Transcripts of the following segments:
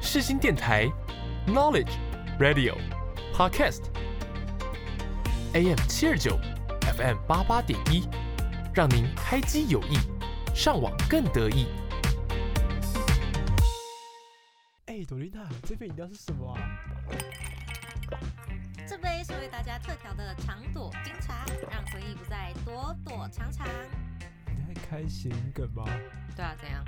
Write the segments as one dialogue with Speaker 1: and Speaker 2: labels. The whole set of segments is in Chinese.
Speaker 1: 世新电台 Knowledge Radio Podcast AM 七二九 FM 八八点一，让您开机有意，上网更得意。
Speaker 2: 哎，朵琳娜，这杯饮料是什么啊？
Speaker 3: 这杯是为大家特调的长朵冰茶，让回忆不再躲躲藏藏。
Speaker 2: 你在开谐音梗吗？
Speaker 3: 对啊，怎样？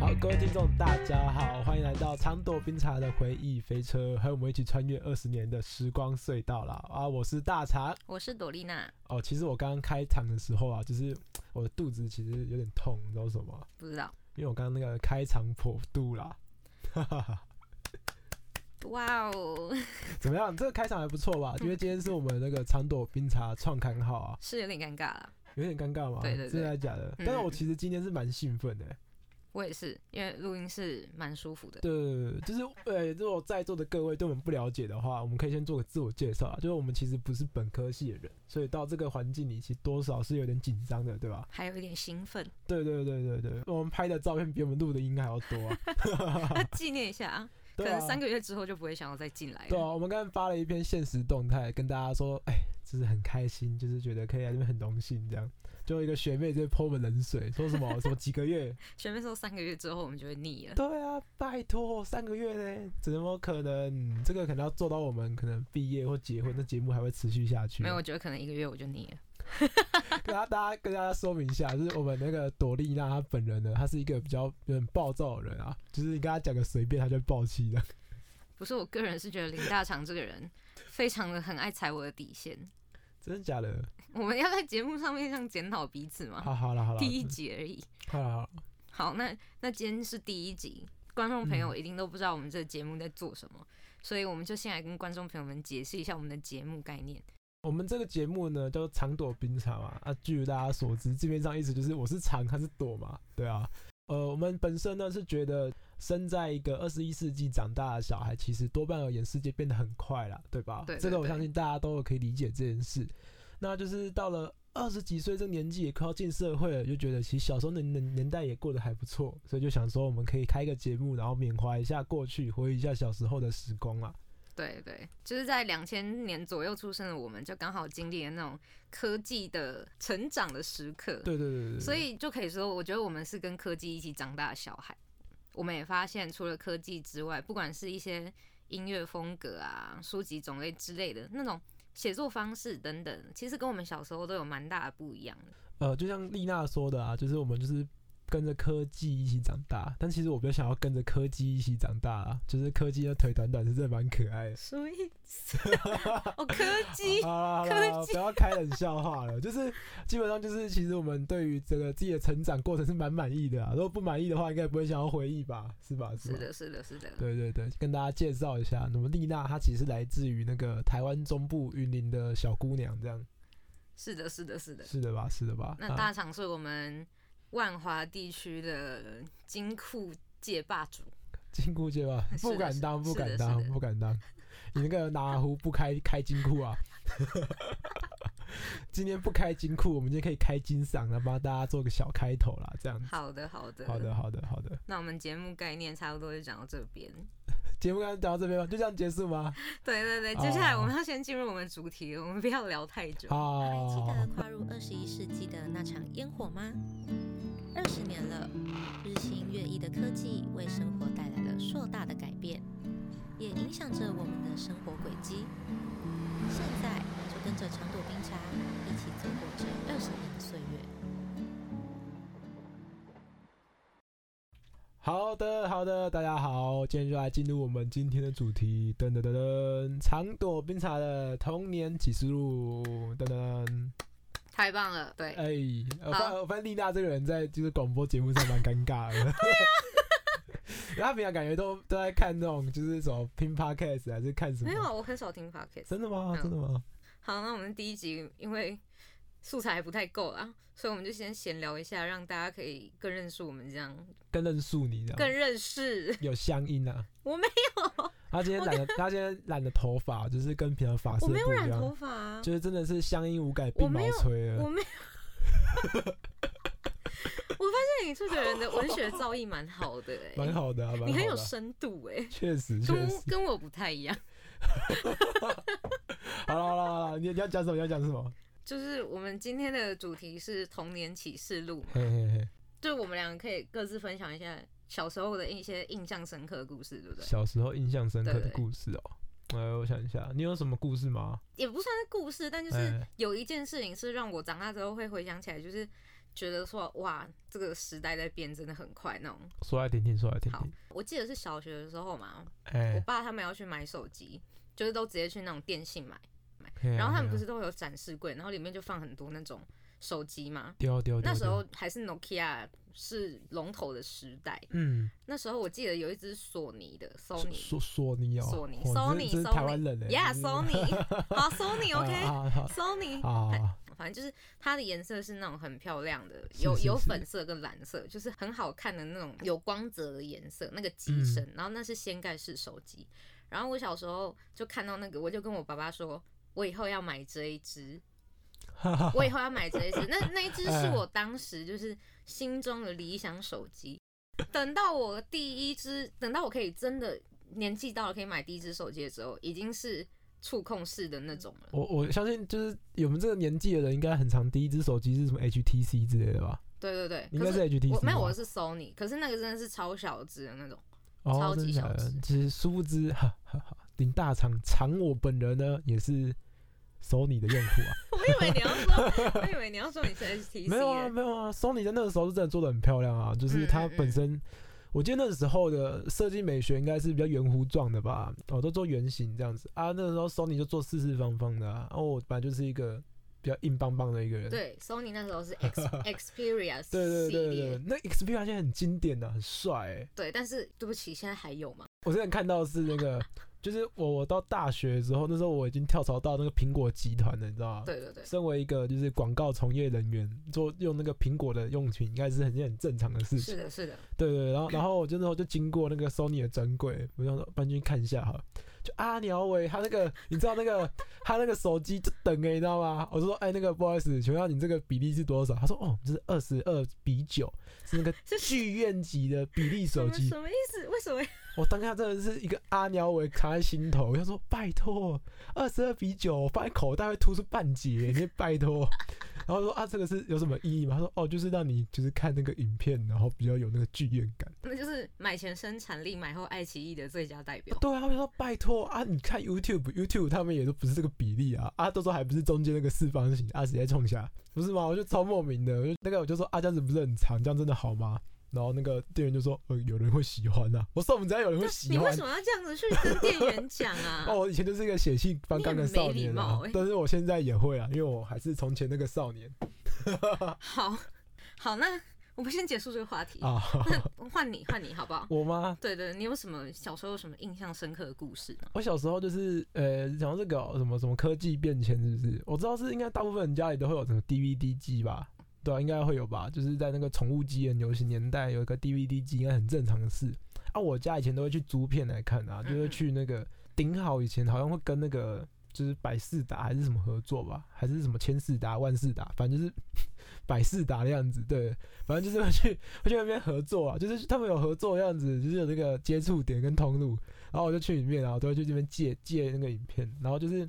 Speaker 2: 好，各位听众，大家好，欢迎来到长朵冰茶的回忆飞车，和我们一起穿越二十年的时光隧道啦！啊，我是大肠。
Speaker 3: 我是朵丽娜，
Speaker 2: 哦，其实我刚刚开场的时候啊，就是我的肚子其实有点痛，你知道为什么吗？
Speaker 3: 不知道。
Speaker 2: 因为我刚刚那个开场破肚啦。 哈哈哈，
Speaker 3: 哇哦，
Speaker 2: 怎么样？这个开场还不错吧？因为今天是我们那个长朵冰茶创刊号啊，
Speaker 3: 是有点尴尬了。
Speaker 2: 有点尴尬嘛，
Speaker 3: 对对对
Speaker 2: 真的还是假的？但是我其实今天是蛮兴奋的、
Speaker 3: 我也是，因为录音室蛮舒服的。
Speaker 2: 对，就是呃，如果在座的各位对我们不了解的话，我们可以先做个自我介绍啊。就是我们其实不是本科系的人，所以到这个环境里，其实多少是有点紧张的，对吧？
Speaker 3: 还有一点兴 奋，
Speaker 2: 对对对对对，我们拍的照片比我们录的音还要多、 啊，
Speaker 3: 那纪念一下啊，可
Speaker 2: 对啊，
Speaker 3: 能三个月之后就不会想要再进来
Speaker 2: 对
Speaker 3: 了。
Speaker 2: 啊，我们刚才发了一篇现实动态，跟大家说，哎，就是很开心，就是觉得可以来这边很荣幸这样。就有一个学妹在泼我们冷水，说什么什么几个月？
Speaker 3: 前面说三个月之后我们就会腻 了，
Speaker 2: 对啊，拜托三个月呢，怎么可能？这个可能要做到我们可能毕业或结婚，那节目还会持续下去。
Speaker 3: 没有，我觉得可能一个月我就腻了。
Speaker 2: 跟大大家跟大家说明一下，就是我们那个朵丽娜她本人呢，她是一个比较有点暴躁的人啊，就是你跟她讲个随便，她就暴气的。
Speaker 3: 不是，我个人是觉得林大长这个人 非常的很爱踩我的底线。
Speaker 2: 真的假的？
Speaker 3: 我们要在节目上面上检讨彼此吗？
Speaker 2: 好好了好了，
Speaker 3: 哦第一集而已。
Speaker 2: 好了好了，
Speaker 3: 好，那那今天是第一集，观众朋友一定都不知道我们这个节目在做什么，所以我们就先来跟观众朋友们解释一下我们的节目概念。
Speaker 2: 我们这个节目呢叫做长朵冰茶嘛，啊，据大家所知，字面上意思就是我是长，她是朵嘛，对啊。呃，我们本身呢是觉得生在一个二十一世纪长大的小孩，其实多半而言世界变得很快了，对吧？
Speaker 3: 对对
Speaker 2: 这个我
Speaker 3: 对
Speaker 2: 相信大家都可以理解这件事。那就是到了二十几岁这个年纪，也快要进社会了，就觉得其实小时候的年年代也过得还不错，所以就想说我们可以开个节目，然后缅怀一下过去，回忆一下小时候的时光啊啦。
Speaker 3: 对对，就是在两千年左右出生的我们，就刚好经历了那种科技的成长的时刻。
Speaker 2: 对对对对对。
Speaker 3: 所以就可以说，我觉得我们是跟科技一起长大的小孩。我们也发现，除了科技之外，不管是一些音乐风格啊、书籍种类之类的那种写作方式等等，其实跟我们小时候都有蛮大的不一样的。
Speaker 2: 呃，就像丽娜说的啊，就是我们就是跟着科技一起长大，但其实我比较想要跟着科技一起长大啊，就是科技的腿短短是真的蛮可爱的。
Speaker 3: 所以， 哦，科 技，
Speaker 2: 好啦好啦，不要开冷笑话了。就是基本上就是，其实我们对于这个自己的成长过程是蛮满意的啊。如果不满意的话，应该不会想要回忆吧？是吧？
Speaker 3: 是
Speaker 2: 吧？
Speaker 3: 的，是的，是的，
Speaker 2: 对对对，跟大家介绍一下，那么丽娜她其实来自于那个台湾中部云林的小姑娘，这样
Speaker 3: 是的，是的，是的。
Speaker 2: 是的吧？是的吧？
Speaker 3: 那
Speaker 2: 啊
Speaker 3: 大厂是我们万华地区的金库界霸主，
Speaker 2: 金库街吧？
Speaker 3: 是的
Speaker 2: 不敢当，
Speaker 3: 是的
Speaker 2: 不敢
Speaker 3: 是
Speaker 2: 当
Speaker 3: 的是，的
Speaker 2: 不敢当！你那个哪壶不开开金库啊？ 今天不开金库，我们今天可以开金嗓了，帮大家做个小开头啦，这样子。
Speaker 3: 好的，好的，
Speaker 2: 好的，。好的，好的。
Speaker 3: 那我们节目概念差不多就讲到这边。
Speaker 2: 节目刚刚讲到这边吗？就这样结束吗？
Speaker 3: 对对对，
Speaker 2: 哦
Speaker 3: 接下来我们要先进入我们主题， 我们不要聊太久。
Speaker 2: 哦好
Speaker 3: 还记得跨入二十一世纪的那场烟火吗？二十年了，日新月异的科技为生活带来了硕大的改变，也影响着我们的生活轨迹。现在就跟着长朵冰茶一起走过这二十年的岁月。
Speaker 2: 好的，好的，大家好，今天就来进入我们今天的主题，噔噔噔噔，长朵冰茶的童年启示录，噔噔。
Speaker 3: 太棒了，对，
Speaker 2: 哎、我
Speaker 3: 好
Speaker 2: 发我发现丽娜这个人在就是广播节目上蛮尴尬 的。然后她平常感觉都都在看那种就是什么拼 podcast 还是看什么？
Speaker 3: 没有，啊，我很少听 podcast。
Speaker 2: 真的吗？
Speaker 3: 嗯
Speaker 2: 真的吗？
Speaker 3: 好，那我们第一集因为素材不太够啊，所以我们就先闲聊一下，让大家可以更认识我们，这样
Speaker 2: 更认识你这
Speaker 3: 更
Speaker 2: 样，
Speaker 3: 认识
Speaker 2: 有乡音啊。
Speaker 3: 我没有，
Speaker 2: 她今天染了，她今天染的头发就是跟平常发色
Speaker 3: 我
Speaker 2: 不
Speaker 3: 没有
Speaker 2: 一
Speaker 3: 染头
Speaker 2: 样，
Speaker 3: 发、啊，
Speaker 2: 就是真的是乡音无改
Speaker 3: 我
Speaker 2: 鬓毛
Speaker 3: 没有
Speaker 2: 衰了
Speaker 3: 我。没有，现你这个人的文学造诣蛮好的哎、
Speaker 2: 蛮好的啊，蛮
Speaker 3: 你很
Speaker 2: 好
Speaker 3: 有
Speaker 2: 的啊。
Speaker 3: 深度哎、
Speaker 2: 确实，确
Speaker 3: 跟
Speaker 2: 实。
Speaker 3: 跟我不太一样。
Speaker 2: 好了，好了，好了，你你要讲什么？你要讲什么？
Speaker 3: 就是我们今天的主题是童年启示录嘛，
Speaker 2: 嘿嘿嘿，
Speaker 3: 就我们两个可以各自分享一下小时候的一些印象深刻的故事，对不对？
Speaker 2: 小时候印象深刻
Speaker 3: 对
Speaker 2: 的故事哦、呃，我想一下，你有什么故事吗？
Speaker 3: 也不算是故事，但就是
Speaker 2: 哎
Speaker 3: 有一件事情是让我长大之后会回想起来，就是觉得说哇，这个时代在变真的很快那种。
Speaker 2: 说来听听，说来听
Speaker 3: 好
Speaker 2: 听。，
Speaker 3: 我记得是小学的时候嘛，我
Speaker 2: 哎，
Speaker 3: 爸他们要去买手机，就是都直接去那种电信买，
Speaker 2: 嘿啊
Speaker 3: 然后他们
Speaker 2: 嘿啊
Speaker 3: 不是都会有展示柜，然后里面就放很多那种手机嘛。
Speaker 2: 啊丢丢丢，
Speaker 3: 那时候
Speaker 2: 丢，
Speaker 3: 还是 Nokia 是龙头的时代，
Speaker 2: 嗯，
Speaker 3: 那时候我记得有一只索尼的 Sony，
Speaker 2: 索索尼哦，
Speaker 3: 索尼
Speaker 2: 哦你真真
Speaker 3: Sony，
Speaker 2: 是
Speaker 3: Sony
Speaker 2: 台湾人哎
Speaker 3: Yeah，
Speaker 2: 嗯
Speaker 3: Sony 好 Sony
Speaker 2: 啊
Speaker 3: OK 哎
Speaker 2: 啊 好
Speaker 3: Sony，
Speaker 2: 啊
Speaker 3: 很
Speaker 2: 啊，
Speaker 3: 反正就是它的颜色是那种很漂亮的，
Speaker 2: 是
Speaker 3: 有
Speaker 2: 是
Speaker 3: 有
Speaker 2: 是
Speaker 3: 粉色跟蓝色，就是很好看的那种有光泽的颜色，那个机
Speaker 2: 嗯
Speaker 3: 身，然后那是掀盖式手机。然后我小时候就看到那个，我就跟我爸爸说，我以后要买这一 只，
Speaker 2: 哈哈
Speaker 3: 我以后要买这一只。那那一只是
Speaker 2: 哎
Speaker 3: 我当时就是心中的理想手机。等到我第一只，等到我可以真的年纪到了可以买第一只手机的时候，已经是触控式的那种了。
Speaker 2: 我我相信就是我们这个年纪的人，应该很常第一只手机是什么 HTC 之类的吧？
Speaker 3: 对对对，
Speaker 2: 应
Speaker 3: 可
Speaker 2: 该是 HTC
Speaker 3: 我没有，
Speaker 2: 吧
Speaker 3: 我是 Sony，可是那个真的是超小只的那种。
Speaker 2: 哦
Speaker 3: 超级
Speaker 2: 真假
Speaker 3: 小
Speaker 2: 的
Speaker 3: 只
Speaker 2: 其实殊不知，哈哈哈，林大厂厂我本人呢也是 Sony 的用户啊。
Speaker 3: 我以为你要说， 我以为你要说你是 HTC，
Speaker 2: 没有啊，
Speaker 3: 的
Speaker 2: 没有啊，Sony 在那个时候是真的做的很漂亮啊，
Speaker 3: 嗯
Speaker 2: 就是它本身，我记得那个时候的设计美学应该是比较圆弧状的吧，哦，都做圆形这样子啊。那个时候 Sony 就做四四方方的啊，哦，我本来就是一个比较硬邦邦的一个人。
Speaker 3: 对，Sony 那时候是 X Xperia 系
Speaker 2: 对对对对
Speaker 3: 列
Speaker 2: 对，，那 Xperia 现在很经典的、很帅、欸。
Speaker 3: 对，但是对不起，现在还有吗？
Speaker 2: 我之前看到的是那个，就是我我到大学之后，那时候我已经跳槽到那个苹果集团了，你知道吗？
Speaker 3: 对对 对，
Speaker 2: 身为一个就是广告从业人员，做用那个苹果的用品，应该是很件很正常的事情
Speaker 3: 是。的，是的，
Speaker 2: 对对，对然后然后我就那时候就经过那个 Sony 的专柜，我就想说搬进去看一下哈。就阿鸟伟，他那个你知道那个他那个手机就等哎、你知道吗？我就说哎、那个不好意思，请问一下你这个比例是多少？他说哦，这是二十二比九，是那个
Speaker 3: 是
Speaker 2: 剧院级的比例手
Speaker 3: 什么
Speaker 2: 机。
Speaker 3: 什么意思？为什么？
Speaker 2: 我当下真的是一个阿鸟尾卡在心头，我想说拜托，二十二比九，我放在口袋会突出半截，欸你拜托。然后说啊，这个是有什么意义吗？他说哦，就是让你就是看那个影片，然后比较有那个剧院感。
Speaker 3: 那就是买前生产力，买后爱奇艺的最佳代表。
Speaker 2: 对啊，我就说拜托啊，你看 YouTube，YouTube 他们也都不是这个比例啊，啊，都说还不是中间那个四方形，啊，直接冲下，不是吗？我就超莫名的，我就那个我就说啊，这样子不是很长，这样真的好吗？然后那个店员就说，呃，有人会喜欢啊。我说我们只要有人会
Speaker 3: 但
Speaker 2: 喜
Speaker 3: 你为
Speaker 2: 欢
Speaker 3: 什，么要这样子去跟店员讲 啊？
Speaker 2: 哦，我以前就是一个血气方刚的少
Speaker 3: 你很
Speaker 2: 年
Speaker 3: 没礼
Speaker 2: 啊
Speaker 3: 貌欸，
Speaker 2: 但是我现在也会啊，因为我还是从前那个少年
Speaker 3: 好好，那我们先结束这个话题。
Speaker 2: 啊。
Speaker 3: 那换你，换你好不好？
Speaker 2: 我吗？
Speaker 3: 对对，你有什么小时候有什么印象深刻的故事呢？
Speaker 2: 我小时候就是呃，讲到这个哦什么什么科技变迁，是不是？我知道是应该大部分人家里都会有什么 DVD 机吧。对啊，应该会有吧，就是在那个宠物机的流行年代，有一个 DVD 机应该很正常的事。啊，我家以前都会去租片来看啊，就
Speaker 3: 嗯
Speaker 2: 是
Speaker 3: 嗯
Speaker 2: 去那个顶好以前好像会跟那个就是百事达还是什么合作吧，还是什么千事达、万事达，反正就是 百事达的样子。对，反正就是会去会去那边合作啊，就是他们有合作的样子，就是有那个接触点跟通路，然后我就去里面啊，我都会去这边借借那个影片，然后就是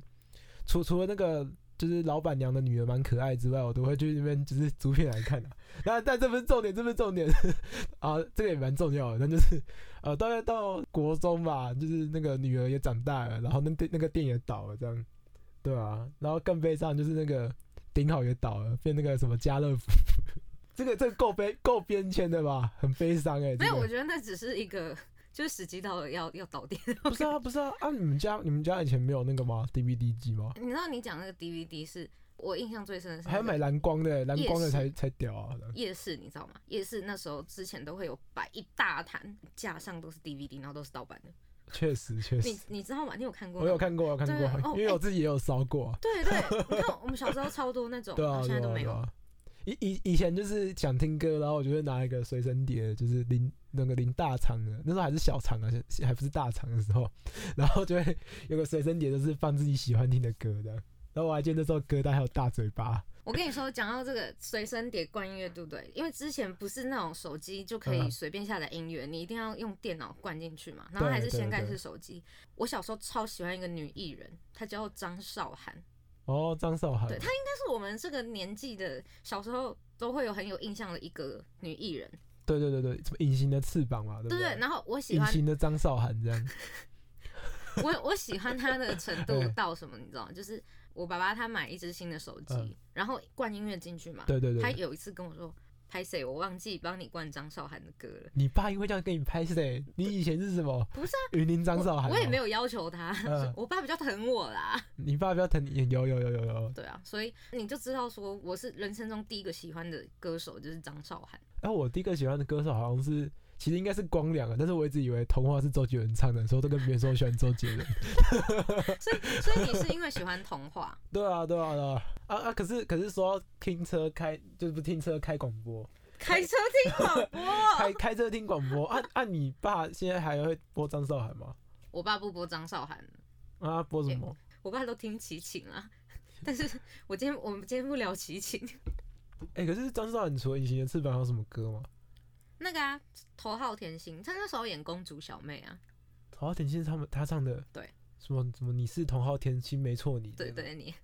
Speaker 2: 除除了那个就是老板娘的女儿蛮可爱之外，我都会去那边就是逐片来看的、啊那但这不是重点，这不是重点 啊，这个也蛮重要的。那就是呃，大概到国中吧，就是那个女儿也长大了，然后那店那个店也倒了，这样对啊。然后更悲伤就是那个顶好也倒了，变那个什么家乐福。 这个这个够悲够边签的吧，很悲伤哎、欸。
Speaker 3: 没有，
Speaker 2: 这个
Speaker 3: 我觉得那只是一个，就是时机到了要要倒店。
Speaker 2: 不是啊，不是啊，啊，你们家你们家以前没有那个吗？DVD 机吗？
Speaker 3: 你知道你讲那个 DVD 是我印象最深的是、那
Speaker 2: 还
Speaker 3: 个
Speaker 2: 要买蓝光的、蓝光的
Speaker 3: 夜
Speaker 2: 才才屌啊！
Speaker 3: 夜市，你知道吗？夜市那时候之前都会有摆一大摊，架上都是 DVD，然后都是盗版的。
Speaker 2: 确实确实
Speaker 3: 你，你知道吗？你有看过？
Speaker 2: 我有。看过，我有看
Speaker 3: 对哦
Speaker 2: 过，因为
Speaker 3: 哎
Speaker 2: 我自己也有烧过啊。
Speaker 3: 对对，你看我们小时候超多那 种，
Speaker 2: 对
Speaker 3: 然
Speaker 2: 啊，
Speaker 3: 后
Speaker 2: 对
Speaker 3: 现在
Speaker 2: 啊，
Speaker 3: 哦都没
Speaker 2: 对
Speaker 3: 有。
Speaker 2: 啊。以以以前就是想听歌，然后我就会拿一个随身碟，就是零那个零大厂的，那时候还是小厂啊， 还还不是大厂的时候，然后就会有个随身碟，就是放自己喜欢听的歌的。然后我还记得那时候歌单还有大嘴巴，
Speaker 3: 我跟你说，讲到这个随身碟灌音乐，对不对？因为之前不是那种手机就可以
Speaker 2: 嗯
Speaker 3: 随便下载音乐，你一定要用电脑灌进去嘛。然后
Speaker 2: 对
Speaker 3: 还是
Speaker 2: 对
Speaker 3: 掀盖
Speaker 2: 对
Speaker 3: 式手机。我小时候超喜欢一个女艺人，她叫张韶涵，
Speaker 2: 哦，张韶涵
Speaker 3: 对，她应该是我们这个年纪的小时候都会有很有印象的一个女艺人，
Speaker 2: 对对对对，什么隐形的翅膀嘛，对不啊
Speaker 3: 对不对？
Speaker 2: 对？
Speaker 3: 然后我喜
Speaker 2: 隐
Speaker 3: 欢
Speaker 2: 形的张韶涵这 样，
Speaker 3: 我我喜欢他的程 度
Speaker 2: 对
Speaker 3: 到什么，你知道吗？就是我爸爸他买一只新的手机，
Speaker 2: 嗯
Speaker 3: 然后灌音乐进去嘛。
Speaker 2: 对对对
Speaker 3: 他
Speaker 2: 对
Speaker 3: 有一次跟我说：“拍谁？我忘记帮你灌张韶涵的歌了。
Speaker 2: 你爸因为这样跟你拍谁？你以前是什么？
Speaker 3: 不是啊，
Speaker 2: 云林张
Speaker 3: 我
Speaker 2: 韶涵哦、
Speaker 3: 我也没有要求他，
Speaker 2: 嗯
Speaker 3: 我爸比较疼我啦。
Speaker 2: 你爸不要疼你，有有有有有。
Speaker 3: 对啊，所以你就知道说，我是人生中第一个喜欢的歌手就是张韶涵。
Speaker 2: 哎、我第一个喜欢的歌手好像是，其实应该是光良啊，但是我一直以为《童话》是周杰伦唱的，所以我都跟别人说我喜欢周杰伦。
Speaker 3: 所以所以你是因为喜欢 童话，
Speaker 2: 对啊，对啊，对啊，啊啊！可是可是说听车开，就是不听车开广播，
Speaker 3: 开车听广播。
Speaker 2: 开开车听广播。啊啊！你爸现在还会播张韶涵吗？
Speaker 3: 我爸不播张韶涵，
Speaker 2: 啊，播什么？
Speaker 3: 我爸都听齐秦啊。 但是我今天我们今天不聊齐秦。
Speaker 2: 哎、可是张韶涵除了《隐形的翅膀》还有什么歌吗？
Speaker 3: 那个啊，头号甜心，她那时候演公主小妹啊，
Speaker 2: 好哦像田心是他们他唱的，
Speaker 3: 对，
Speaker 2: 什么什么你是同号天心没错你，
Speaker 3: 对，对你，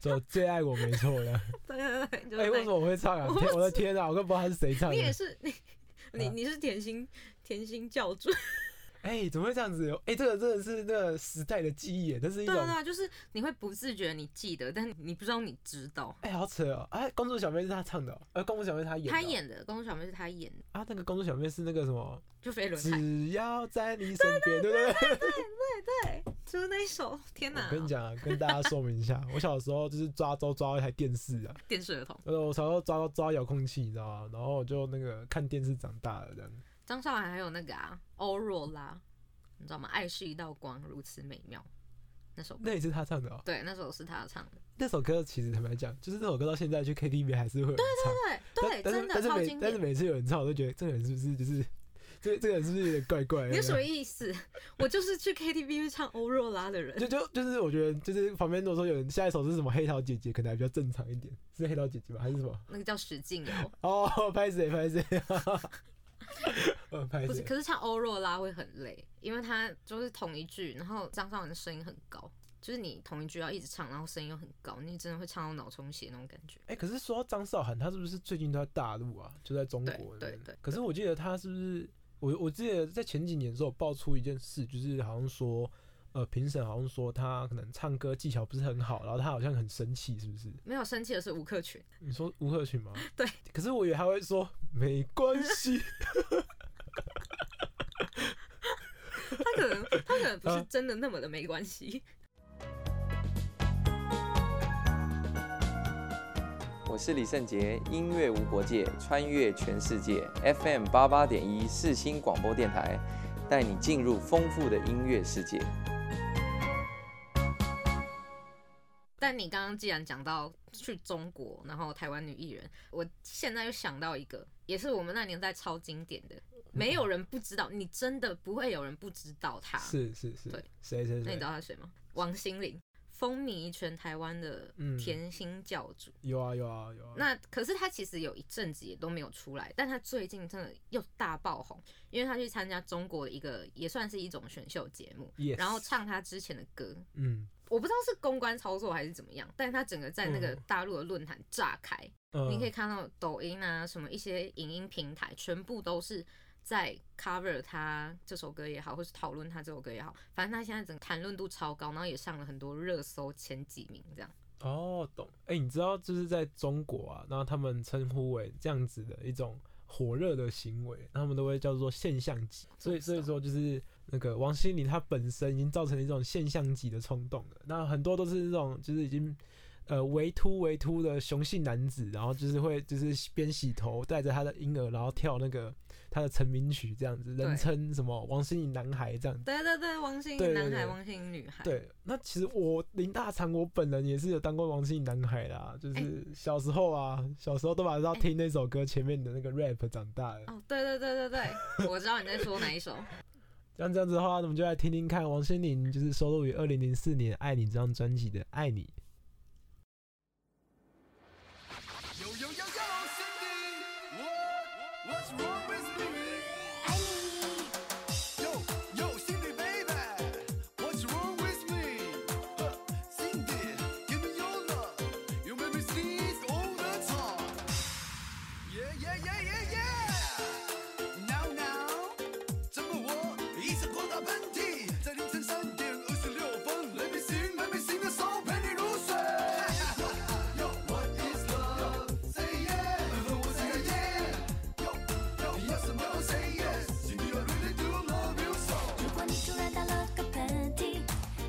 Speaker 2: 什么最爱我没错的，
Speaker 3: 对对 对，就是
Speaker 2: 哎、为
Speaker 3: 那
Speaker 2: 什
Speaker 3: 个、
Speaker 2: 么我会唱啊？天，我的天啊，我根本不知道他是谁唱
Speaker 3: 你也
Speaker 2: 的，
Speaker 3: 是 你你
Speaker 2: 啊
Speaker 3: 你是甜心甜心教主，
Speaker 2: 哎、怎么会这样子？哎、这个真的是那个时代的记忆耶，这是一
Speaker 3: 对
Speaker 2: 种，
Speaker 3: 啊对
Speaker 2: 哎、
Speaker 3: 啊，就是你会不自觉你记得，但你不知道你知道。
Speaker 2: 好扯哦，哎、公主小妹是他唱的、哦，呃，公主小妹他演的哦、
Speaker 3: 她演的公主小妹是她演的，
Speaker 2: 啊，那个公主小妹是那个什么，
Speaker 3: 就飞轮海，
Speaker 2: 只要在你身 边，对不对？
Speaker 3: 对， 就是那一首，天哪
Speaker 2: 我，跟你讲啊，跟大家说明一下， 我小时候就是抓周抓到一台电视啊，
Speaker 3: 电视儿童，
Speaker 2: 呃，我小时候抓到抓到遥控器，你知道吗？然后我就那个看电视长大的这样。
Speaker 3: 张韶涵还有那个啊，欧若拉，你知道吗？爱是一道光，如此美妙，那首歌，
Speaker 2: 那也是他唱的哦。
Speaker 3: 对，那首是她唱的，
Speaker 2: 那首歌其实坦白讲，就是这首歌到现在去 KTV 还是会有人唱，
Speaker 3: 对对，
Speaker 2: 但
Speaker 3: 真的
Speaker 2: 但是
Speaker 3: 超
Speaker 2: 但是
Speaker 3: 经
Speaker 2: 每但是
Speaker 3: 典。
Speaker 2: 每次有人唱，我都觉得这个人是不是就是这这个人是不是有点怪怪的？
Speaker 3: 你什么意思？ 我就是去 KTV 会唱欧若拉的人。
Speaker 2: 就就就是我觉得就是旁边如果说有人下一首是什么黑桃姐姐，可能还比较正常一点，是黑桃姐姐吗？还是什么？
Speaker 3: 那个叫史劲 游，
Speaker 2: 哦，拍谁拍谁， 呃拍
Speaker 3: 不是，
Speaker 2: 谁？
Speaker 3: 可是唱欧若拉会很累，因为它就是同一句，然后张韶涵的声音很高，就是你同一句要一直唱，然后声音又很高，你真的会唱到脑充血那种感觉。
Speaker 2: 哎、可是说到张韶涵，她是不是最近都在大陆啊？就在中国
Speaker 3: 对
Speaker 2: 那边。
Speaker 3: 对对
Speaker 2: 可是我记得她是不是？我我记得在前几年的时候爆出一件事，就是好像说，呃，评审好像说她可能唱歌技巧不是很好，然后她好像很生气，是不是？
Speaker 3: 没有生气的是吴克群，
Speaker 2: 你说吴克群吗？
Speaker 3: 对。
Speaker 2: 可是我以为他会说没关 系，
Speaker 3: 他可能他可能不 是
Speaker 2: 啊
Speaker 3: 真的那么的没关系。
Speaker 4: 我是李圣杰，音乐无国界，穿越全世界，FM 八八点一世新广播电台，带你进入丰富的音乐世界。
Speaker 3: 但你刚刚既然讲到去中国，然后台湾女艺人，我现在又想到一个，也是我们那年代超经典的，没有人不知道，你真的不会有人不知道她。
Speaker 2: 是是是
Speaker 3: 对，
Speaker 2: 谁谁
Speaker 3: 那你
Speaker 2: 谁
Speaker 3: 知道他是谁吗？王心凌，风靡全台湾的
Speaker 2: 嗯
Speaker 3: 甜心教主。
Speaker 2: 有啊有啊有啊。
Speaker 3: 那可是他其实有一阵子也都没有出来，但他最近真的又大爆红，因为他去参加中国的一个也算是一种选秀节目
Speaker 2: Yes
Speaker 3: 然后唱他之前的歌，
Speaker 2: 嗯，
Speaker 3: 我不知道是公关操作还是怎么样，但他整个在那个
Speaker 2: 嗯
Speaker 3: 大陆的论坛炸开，
Speaker 2: 嗯
Speaker 3: 你可以看到抖音啊什么一些影音平台，全部都是在 cover 他这首歌也好，或是讨论他这首歌也好，反正他现在整个谈论度超高，然后也上了很多热搜前几名这样。
Speaker 2: 哦，懂。哎、你知道就是在中国啊，然后他们称呼为这样子的一种火热的行为，他们都会叫做现象级。所以所以说就是那个王心凌她本身已经造成一种现象级的冲动了。那很多都是这种就是已经。呃，为秃为秃的雄性男子，然后就是会就是边洗头，带着他的婴儿，然后跳那个他的成名曲，这样子，
Speaker 3: 对
Speaker 2: 人称什么王心凌男孩这样子。
Speaker 3: 对对对，王心
Speaker 2: 对
Speaker 3: 凌
Speaker 2: 对
Speaker 3: 男孩，
Speaker 2: 对
Speaker 3: 王心凌女孩。
Speaker 2: 对，那其实我林大长，我本人也是有当过王心凌男孩啦，
Speaker 3: 哎
Speaker 2: 就是小时候啊，小时候都把要听那
Speaker 3: 哦
Speaker 2: 首歌前面的那个 rap 长大的。
Speaker 3: 哦，对对对对对，我知道你在说哪一首。
Speaker 2: 像这样子的话，那我们就来听听看王心凌就是收录于二零零四年《爱你》这张专辑的《爱你》。
Speaker 5: Yo, yo, yo, yo, Cindy! What? What's wrong with me? Yo, yo, Cindy, baby! What's wrong with me? Huh, Cindy, give me your love. You make me sneeze all the time. Yeah, yeah, yeah, yeah, yeah! Now, now, 这么我一直狂打喷嚏，在凌晨三点二十六分，Let me sing，Let me sing 的时候陪你入睡。Yo, what is love? Say yeah，和我 say yeah。Yo, yo，你要什么都 say yes，Cindy I really do love you so。
Speaker 6: 如果你突然打了个喷嚏，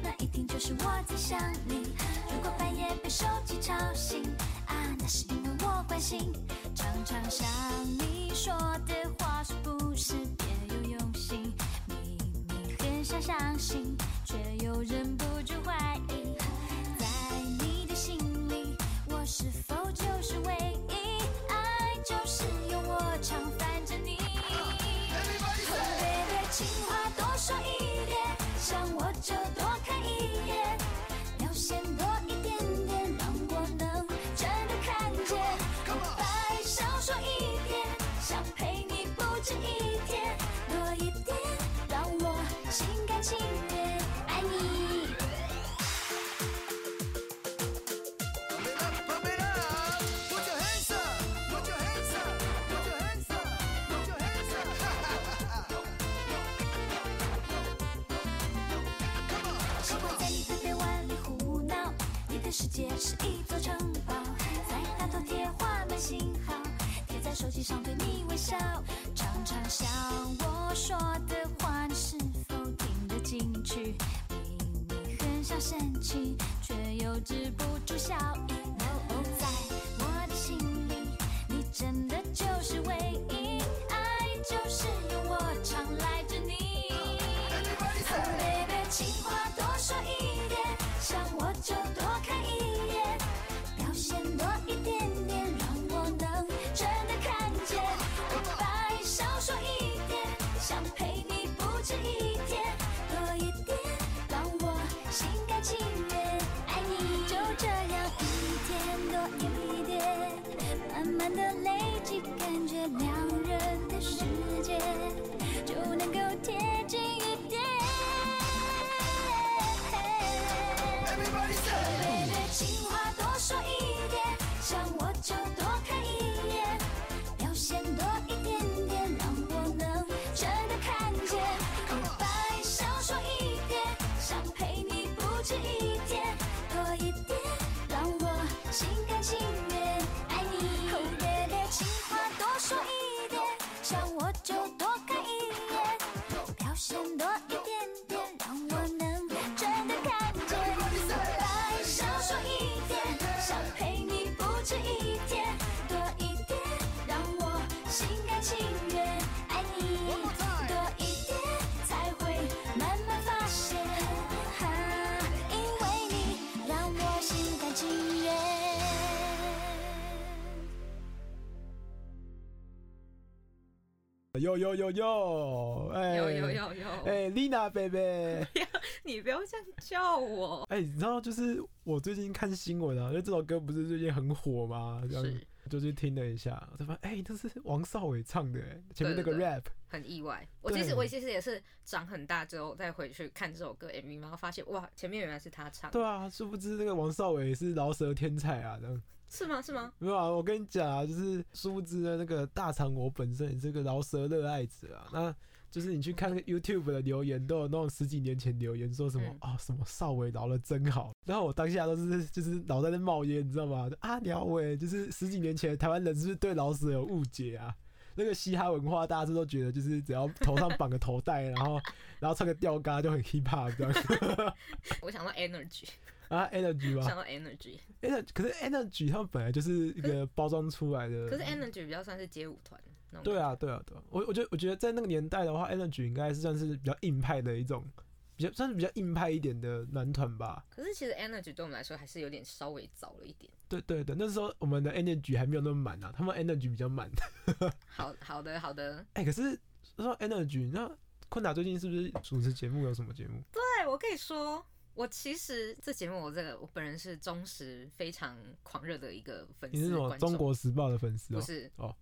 Speaker 6: 那一定就是我在想你。如果半夜被手机吵醒，啊，那是因为我关心。常常想你说的话是不是别有用心？明明很想相信，却又忍不住怀疑。在你的心里，我是否就是唯一？爱就是由我常烦着你。
Speaker 5: Everybody say。
Speaker 6: baby，情话多说一点，想我就多看一眼，表现多一点点，让我能真的看见。
Speaker 5: Come on, come on.
Speaker 6: 白少说一点，想陪你不止一天，多一点，让我心甘情愿爱你。
Speaker 5: Pump it up, pump it up. Put your hands up, put your hands up, put your hands up, put your hands up. Come on,
Speaker 6: 生
Speaker 5: come on.
Speaker 6: 活在你的臂弯里胡闹，你的世界是一座城堡，在那头贴画满信号，贴在手机上对你微笑，常常想我说的话，你是否听得进去？明明很想生气，却又止不住笑意。哦，在我的心里，你真的就是唯一，爱就是由我常来着你。
Speaker 5: Everybody say.
Speaker 6: baby，情话多说一点，想我就多看一眼，表现多一点点，让我能真的看见。白少说一点，想陪你不止一天，多一点，让我心甘情愿爱你。就这样一天多一点，慢慢的累积，感觉两人的世界就能够贴近一点。
Speaker 5: Everybody say.
Speaker 6: 对对，情话多说一点，想我就多看一眼，表现多一点点，让我能真的看见。白少说一点，想陪你不止一天，多一点，让我心甘情愿爱你。哦，对对，情话多说一点，想我就多看一眼，表现多一点点，让我能真的看见。白少说一点，想陪你不止一天，多一点，让我心甘情愿爱你。多一点，才会慢慢发现，哈，因为你让我心甘情愿。
Speaker 2: 哟哟哟哟， 哎，
Speaker 3: 有有，有有，
Speaker 2: 哎，Lina baby。
Speaker 3: 你不要这样叫我。
Speaker 2: 哎、你知道就是我最近看新闻啊，因为这首歌不是最近很火吗？这样
Speaker 3: 是
Speaker 2: 就去听了一下，我就发现哎、这是王少伟唱的、哎前面那
Speaker 3: 对
Speaker 2: 个
Speaker 3: 对对
Speaker 2: rap，
Speaker 3: 很意外，我其实
Speaker 2: 对
Speaker 3: 我其实也是长很大之后再回去看这首歌 MV，然后发现哇，前面原来是他 唱，
Speaker 2: 对啊，殊不知那个王少伟是饶舌天才啊，这样
Speaker 3: 是吗？是吗？
Speaker 2: 没有啊？我跟你讲啊，就是殊不知呢，那个大肠我本身也是个饶舌热爱者啊，那就是你去看那个 YouTube 的留言，都有那种十几年前留言说什么
Speaker 3: 嗯
Speaker 2: 啊、什么少伟饶的真好，然后我当下都是就是脑袋在冒烟，你知道吗？就啊，鸟伟就是十几年前台湾人是不是对饶舌有误解啊？那个嘻哈文化，大家是都觉得就是只要头上绑个头带，然后然后穿个吊嘎就很 hip hop 这样
Speaker 3: 我想到 energy，
Speaker 2: 啊，energy 吧
Speaker 3: 想，到 energy，
Speaker 2: energy 可是 energy 他们本来就是一个包装出来的，
Speaker 3: 可是 energy 比较算是街舞团那种。
Speaker 2: 对，啊，对啊，对啊，我我觉得我觉得在那个年代的话，Energy 应该是算是比较硬派的一种，比较算是比较硬派一点的男团吧。
Speaker 3: 可是其实 energy 对我们来说还是有点稍微早了一 点。
Speaker 2: 对对对，那时候我们的 Energy 还没有那么满啊，他们 Energy 比较满。
Speaker 3: 好好的好的，
Speaker 2: 哎、可是说到 Energy，那坤达最近是不是主持节目？有什么节目？
Speaker 3: 对，我可以说，我其实这节目我这个我本人是忠实、非常狂热的一个粉
Speaker 2: 你是
Speaker 3: 丝
Speaker 2: 什么
Speaker 3: 观
Speaker 2: 《
Speaker 3: 众，
Speaker 2: 中国时报》的粉丝
Speaker 3: 不
Speaker 2: 哦？
Speaker 3: 是
Speaker 2: 哦，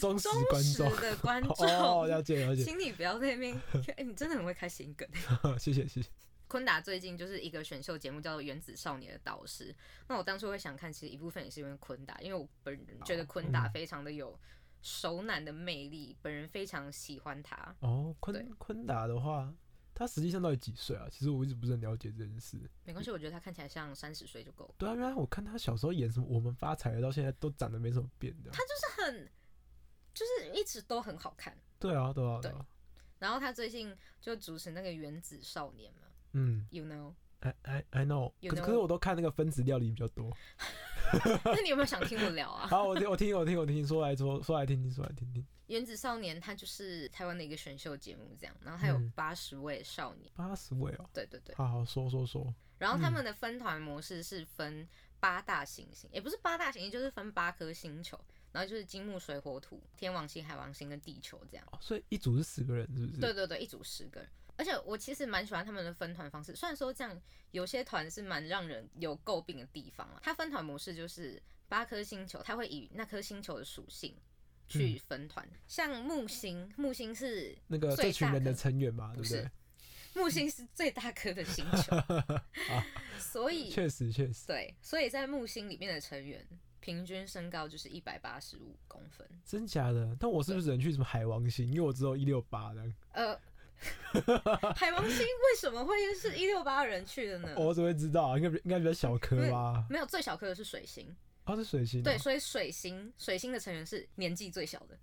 Speaker 2: 忠实
Speaker 3: 忠
Speaker 2: 观
Speaker 3: 实
Speaker 2: 众。
Speaker 3: 的观众。
Speaker 2: 哦，了解了解，
Speaker 3: 请你不要在那边，哎、你真的很会开心梗。
Speaker 2: 谢谢谢谢。
Speaker 3: 昆达最近就是一个选秀节目叫做《原子少年的导师》，那我当初会想看，其实一部分也是因为昆达，因为我本人觉得昆达
Speaker 2: 嗯
Speaker 3: 非常的有熟男的魅力，本人非常喜欢他。
Speaker 2: 哦，
Speaker 3: 对
Speaker 2: 昆昆达的话，他实际上到底几岁啊？其实我一直不是很了解这件事。
Speaker 3: 没关系，我觉得他看起来像三十岁就够了，
Speaker 2: 对啊，原来我看他小时候演什么《我们发财了》，到现在都长得没什么变的。
Speaker 3: 他就是很，就是一直都很好看。
Speaker 2: 对啊，对啊，对
Speaker 3: 对
Speaker 2: 啊。
Speaker 3: 然后他最近就主持那个《原子少年》嘛
Speaker 2: 嗯
Speaker 3: ，You know？
Speaker 2: ，I I I know，
Speaker 3: You
Speaker 2: 可是
Speaker 3: know
Speaker 2: 可是我都看那个分子料理比较 多。
Speaker 3: 那你有没有想听我聊啊？
Speaker 2: 好，我听我听我听我听，说来说说来听听说来听听。
Speaker 3: 原子少年它就是台湾的一个选秀节目，这样，然后它有
Speaker 2: 嗯
Speaker 3: 八十位少年，
Speaker 2: 八十位哦，
Speaker 3: 对对对，
Speaker 2: 好好说说说。
Speaker 3: 然后他们的分团模式是分八大行星，也不是八大行星，就是分八颗星球，然后就是金木水火土、天王星、海王星跟地球这样。
Speaker 2: 哦所以一组是十个人，是不是？
Speaker 3: 对对对，一组十个人。而且我其实蛮喜欢他们的分团方式，虽然说这样有些团是蛮让人有诟病的地方啊。它分团模式就是八颗星球，它会以那颗星球的属性去分团。像木星，木星是
Speaker 2: 那个
Speaker 3: 最
Speaker 2: 这群
Speaker 3: 大
Speaker 2: 人的
Speaker 3: 的
Speaker 2: 成员嘛，对
Speaker 3: 不
Speaker 2: 不
Speaker 3: 是
Speaker 2: 对？
Speaker 3: 木星是最大颗的星球，所以
Speaker 2: 啊确实确实，
Speaker 3: 对，所以在木星里面的成员平均身高就是一百八十五公分。
Speaker 2: 真假的？但我是不是只能去什么海王星？因为我只有一六八这样，
Speaker 3: 呃， 海王星为什么会是一六八人去的呢？
Speaker 2: 我怎么会知道啊？应该比应该比较小颗吧？
Speaker 3: 没有，最小颗的是水星。
Speaker 2: 哦，是水星哦。
Speaker 3: 嗯对，所以水星水星的成员是年纪最小的，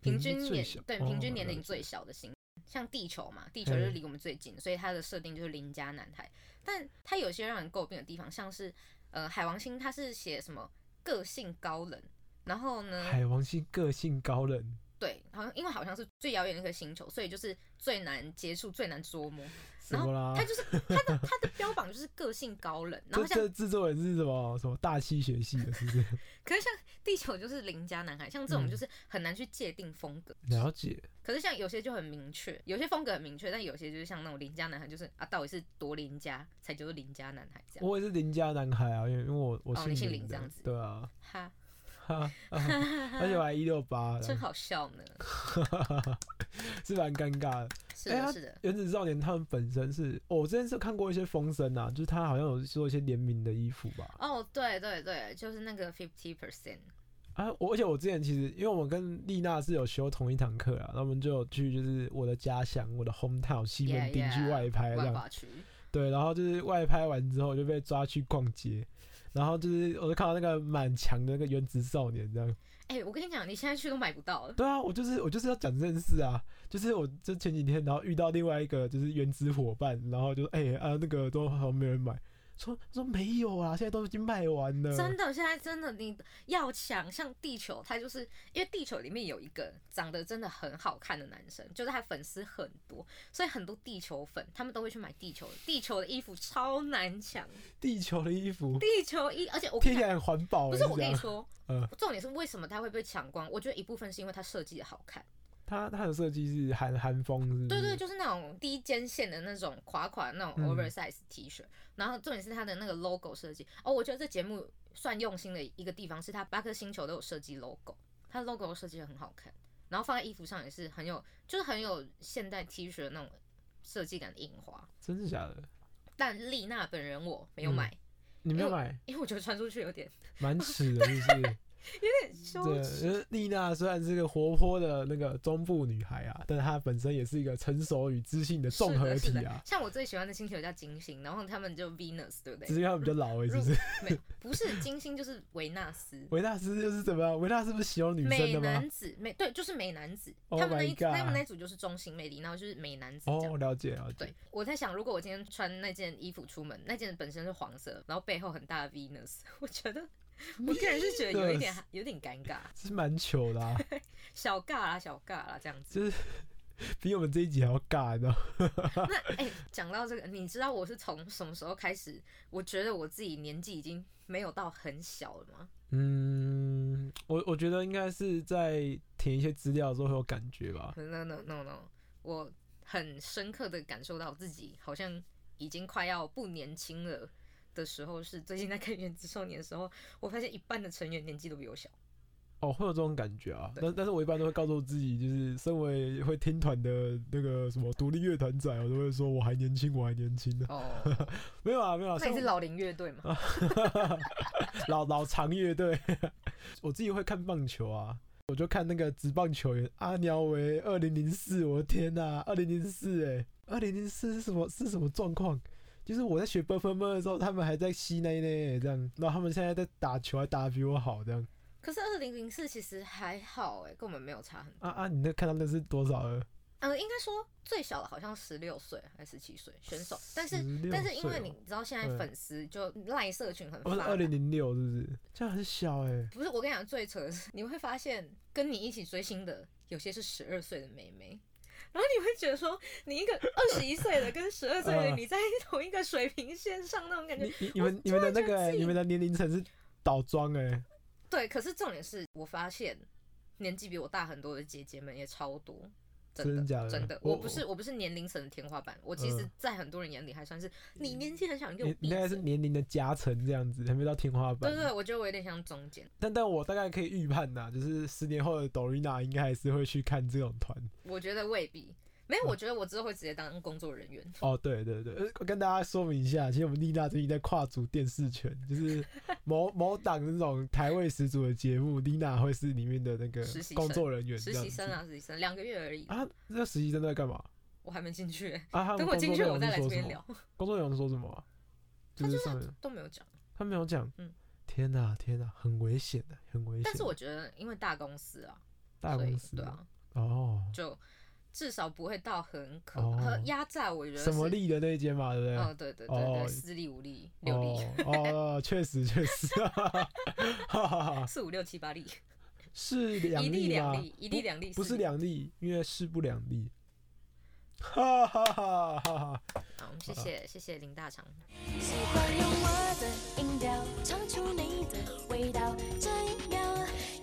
Speaker 3: 平
Speaker 2: 年纪
Speaker 3: 均
Speaker 2: 最
Speaker 3: 年
Speaker 2: 小
Speaker 3: 对
Speaker 2: 哦
Speaker 3: 平均年
Speaker 2: 了
Speaker 3: 龄
Speaker 2: 解
Speaker 3: 最小的星。像地球嘛，地球就是
Speaker 2: 嗯
Speaker 3: 离我们最近，所以它的设定就是邻家男孩。但它有些让人诟病的地方，像是呃海王星，它是写什么个性高冷，然后呢，
Speaker 2: 海王星个性高冷，
Speaker 3: 对，好像因为好像是最遥远的那颗星球，所以就是最难接触、最难捉摸。
Speaker 2: 什
Speaker 3: 然后
Speaker 2: 么啦
Speaker 3: 它？就是它的它的标榜就是个性高冷，然
Speaker 2: 这
Speaker 3: 后像
Speaker 2: 这制作人是什么什么大气学系的，是不是？
Speaker 3: 可是像地球就是邻家男孩，像这种
Speaker 2: 嗯
Speaker 3: 就是很难去界定风格。
Speaker 2: 了解，
Speaker 3: 可是像有些就很明确，有些风格很明确，但有些就是像那种邻家男孩，就是啊，到底是多邻家才叫做邻家男孩这样。
Speaker 2: 我也是邻家男孩啊，因为因为我我
Speaker 3: 哦你姓
Speaker 2: 林的
Speaker 3: 林这样子
Speaker 2: 对啊，
Speaker 3: 哈，
Speaker 2: 哈，啊 而且我还一六八，
Speaker 3: 真好笑呢。
Speaker 2: 是蛮尴尬的。
Speaker 3: 是
Speaker 2: 哎
Speaker 3: 的，
Speaker 2: 他
Speaker 3: 是的，
Speaker 2: 原子少年他们本身是，哦我之前是看过一些风声啊，就是他好像有做一些联名的衣服吧。
Speaker 3: 哦，对对对，就是那个 fifty percent。
Speaker 2: 啊，我而且我之前其实，因为我们跟丽娜是有修同一堂课啊，那我们就有去就是我的家乡，我的 hometown 西门町去外拍哎这
Speaker 3: 万
Speaker 2: 样。
Speaker 3: 华区，
Speaker 2: 对，然后就是外拍完之后我就被抓去逛街，然后就是我就看到那个满墙的那个原子少年这样。
Speaker 3: 哎、我跟你讲，你现在去都买不到了。
Speaker 2: 对啊，我就是我就是要讲这件事啊，就是我这前几天然后遇到另外一个就是原子伙伴，然后就说哎、啊那个都好像没有人买，说说没有啊，现在都已经卖完了。
Speaker 3: 真的，现在真的你要抢，像地球，它就是因为地球里面有一个长得真的很好看的男生，就是他粉丝很多，所以很多地球粉他们都会去买地球的，地球的衣服超难抢，
Speaker 2: 地球的衣服
Speaker 3: 地球衣，而且我跟
Speaker 2: 听
Speaker 3: 你
Speaker 2: 起
Speaker 3: 讲，
Speaker 2: 来很环保、欸，
Speaker 3: 不是我
Speaker 2: 这
Speaker 3: 跟你
Speaker 2: 样。
Speaker 3: 说，
Speaker 2: 嗯
Speaker 3: 重点是为什么它会被抢光？我觉得一部分是因为它设计的好看，
Speaker 2: 它它的设计是韩韩风，是不是？
Speaker 3: 对对，就是那种低肩线的那种垮垮的那种
Speaker 2: 嗯
Speaker 3: oversize T 恤，然后重点是它的那个 logo 设计。哦，我觉得这节目算用心的一个地方是它八颗星球都有设计 logo，它的 logo 设计的很好看，然后放在衣服上也是很有，就是很有现代 T 恤的那种设计感的印花。
Speaker 2: 真的假的？
Speaker 3: 但丽娜本人我没有
Speaker 2: 嗯
Speaker 3: 买，
Speaker 2: 你没有
Speaker 3: 因为
Speaker 2: 买，
Speaker 3: 因为我觉得穿出去有点
Speaker 2: 蛮耻的，就是
Speaker 3: 羞
Speaker 2: 对。
Speaker 3: 耻。
Speaker 2: 因为丽娜虽然是个活泼的那个中部女孩啊，但她本身也是一个成熟与知性的综合
Speaker 3: 是
Speaker 2: 体
Speaker 3: 的是的
Speaker 2: 啊。
Speaker 3: 像我最喜欢的星球叫金星，然后他们就 Venus，对不
Speaker 2: 只
Speaker 3: 对？
Speaker 2: 是因为她比较老而已，是不
Speaker 3: 入
Speaker 2: 是？
Speaker 3: 没有，不是金星就是维纳斯。
Speaker 2: 维纳斯就是怎么样？维纳斯不是形容女生
Speaker 3: 美
Speaker 2: 的吗
Speaker 3: 男？子，美对，就是美男子。
Speaker 2: Oh
Speaker 3: 他们那
Speaker 2: my
Speaker 3: 一组他们
Speaker 2: God
Speaker 3: 那一组就是中性魅力，然后就是美男子这样。
Speaker 2: 哦，了解了解
Speaker 3: 对。，我在想，如果我今天穿那件衣服出门，那件本身是黄色，然后背后很大的 Venus，我 觉得我个人是觉得有一点
Speaker 2: Venus
Speaker 3: 有点尴尬，
Speaker 2: 是蛮糗的、 啊，
Speaker 3: 小尬啦，小尬啦这样子。
Speaker 2: 就是比我们这一集还要尬，你知道吗？
Speaker 3: 那哎，讲、到这个，你知道我是从什么时候开始，我觉得我自己年纪已经没有到很小了吗？
Speaker 2: 嗯，我我觉得应该是在填一些资料的时候会有感觉吧。
Speaker 3: 嗯 no no no no，我很深刻的感受到自己好像已经快要不年轻了的时候，是最近在看《原子少年》的时候，我发现一半的成员年纪都比我小。
Speaker 2: 哦，会有这种感觉啊。但但是我一般都会告诉自己，就是身为会听团的那个什么独立乐团仔，我都会说我还年轻，我还年轻呢。
Speaker 3: 哦，
Speaker 2: 没有啊，没有啊，
Speaker 3: 那
Speaker 2: 像
Speaker 3: 你是老龄乐队嘛？
Speaker 2: 老老长乐队， 我自己会看棒球啊，我就看那个职棒球员阿鸟为二零零四，我的天呐、2二零零四哎，二零零四是什么是什么状况？就是我在学 b u f f 的时候，他们还在吸奶奶这样，然后他们现在在打球还打得比我好这样。
Speaker 3: 可是二零零四其实还好哎、跟我们没有差很多。
Speaker 2: 啊啊，你那看他们是多少了？
Speaker 3: 嗯，应该说最小的好像十六岁还是十七岁选手，但是
Speaker 2: 16
Speaker 3: 但是因
Speaker 2: 岁
Speaker 3: 为
Speaker 2: 哦
Speaker 3: 你知道现在
Speaker 2: 嗯
Speaker 3: 粉丝就赖社群很
Speaker 2: 我
Speaker 3: 发
Speaker 2: 是
Speaker 3: 达，
Speaker 2: 二零零六，是不是？这样很小哎、
Speaker 3: 不是我跟你讲最扯的是， 你会发现跟你一起追星的有些是十二岁的妹妹。然后你会觉得说，你一个二十一岁的跟十二岁的
Speaker 2: 呃
Speaker 3: 你在同一个水平线上那种感觉，
Speaker 2: 你你你们你们的那个、欸、你们的年龄层是倒装哎、
Speaker 3: 对。可是重点是我发现年纪比我大很多的姐姐们也超多，真
Speaker 2: 真
Speaker 3: 的
Speaker 2: 的假的
Speaker 3: 真的，
Speaker 2: 我
Speaker 3: 我不是我不是年龄层的天花板，我其实
Speaker 2: 嗯，
Speaker 3: 在很多人眼里还算是你年纪很小，你给我
Speaker 2: 你
Speaker 3: 闭
Speaker 2: 你大概是
Speaker 3: 嘴。
Speaker 2: 年龄的加成这样子，还没到天花板。
Speaker 3: 对对，我觉得我有点像中间，
Speaker 2: 但但我大概可以预判呐、就是十年后的 Dorina 应该还是会去看这种团。
Speaker 3: 我觉得未必。没
Speaker 2: 嗯
Speaker 3: 有，我觉得我之后会直接当工作人员。
Speaker 2: 哦，对对对，呃我跟大家说明一下，其实我们丽娜最近在跨足电视圈，就是某某档那种台位十足的节目，丽娜会是里面的那个
Speaker 3: 实习生
Speaker 2: 工作人员，
Speaker 3: 实习生。啊，实习生两个月而已，
Speaker 2: 啊，那实习生都在干嘛？
Speaker 3: 我还没进去欸、
Speaker 2: 啊，他们
Speaker 3: 等我进去我再来这
Speaker 2: 工作内容是说什
Speaker 3: 边聊
Speaker 2: 么。。工作内容是说什么啊？
Speaker 3: 他
Speaker 2: 是
Speaker 3: 就
Speaker 2: 上面
Speaker 3: 是都没有讲，
Speaker 2: 他没有讲。
Speaker 3: 嗯
Speaker 2: 天哪、天哪、很危险的，很危险。
Speaker 3: 但是我觉得因为大公司啊，
Speaker 2: 大
Speaker 3: 所以
Speaker 2: 公司
Speaker 3: 对啊，
Speaker 2: 哦，
Speaker 3: 就至少不会到很可
Speaker 2: 哦
Speaker 3: 和压榨，我觉得是
Speaker 2: 什么？力的那一间嘛，对不对？
Speaker 3: 哦，对对对对，
Speaker 2: 哦
Speaker 3: 四力五力六力。
Speaker 2: 哦哦，确实确实， 哈哈哈
Speaker 3: 四五六七八力，
Speaker 2: 是两
Speaker 3: 一粒
Speaker 2: 粒吗
Speaker 3: 两？粒，一粒两粒，
Speaker 2: 不是
Speaker 3: 四粒。
Speaker 2: 两粒，因为势不两立。哈哈哈哈哈！
Speaker 3: 好，我们谢谢谢谢林大肠，
Speaker 6: 喜欢用我的音调唱出你的味道，这一秒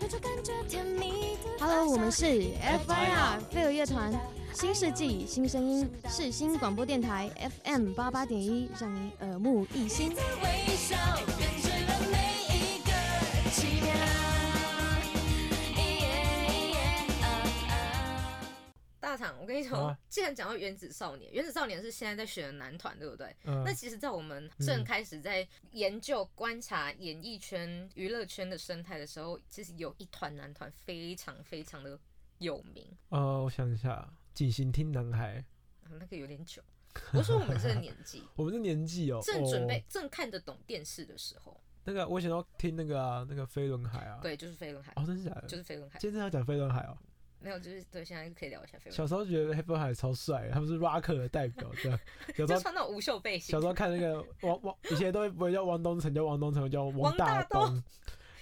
Speaker 6: 有种感觉甜蜜的。
Speaker 7: Hello，我们是 FIR 飞儿乐团，新世纪新声音，世新广播电台 FM 八八点一，让你耳目一新。
Speaker 6: 微笑，编织了每一个奇妙。
Speaker 3: 大肠，我跟你讲
Speaker 2: 啊，
Speaker 3: 既然讲到原子少年，原子少年是现在在选的男团，对不对？
Speaker 2: 嗯
Speaker 3: 那，其实，在我们正开始在研究、观察演艺圈、娱乐圈的生态的时候，其实有一团男团非常非常的有名，
Speaker 2: 呃，我想一下，锦行听男孩，
Speaker 3: 啊那个有点久。我说我们这个年纪
Speaker 2: 我们这年纪 哦，
Speaker 3: 正准备
Speaker 2: 哦、、
Speaker 3: 正看得懂电视的时候，
Speaker 2: 那个，我想要听那个啊，那个飞轮海啊。，
Speaker 3: 对，就是飞轮海，
Speaker 2: 哦，真的假的？
Speaker 3: 就是飞轮海，
Speaker 2: 今天要讲飞轮海哦。
Speaker 3: 没有，就是对，现在可以聊一下飞轮
Speaker 2: 小时候觉得黑飞轮海超帅的，他们是 rocker 的代表，这样。小
Speaker 3: 海，
Speaker 2: 时
Speaker 3: 就
Speaker 2: 候
Speaker 3: 穿那种无袖背心
Speaker 2: 小时，候看那 个王王，以前都会不会叫王东城，叫王东城，叫王大东。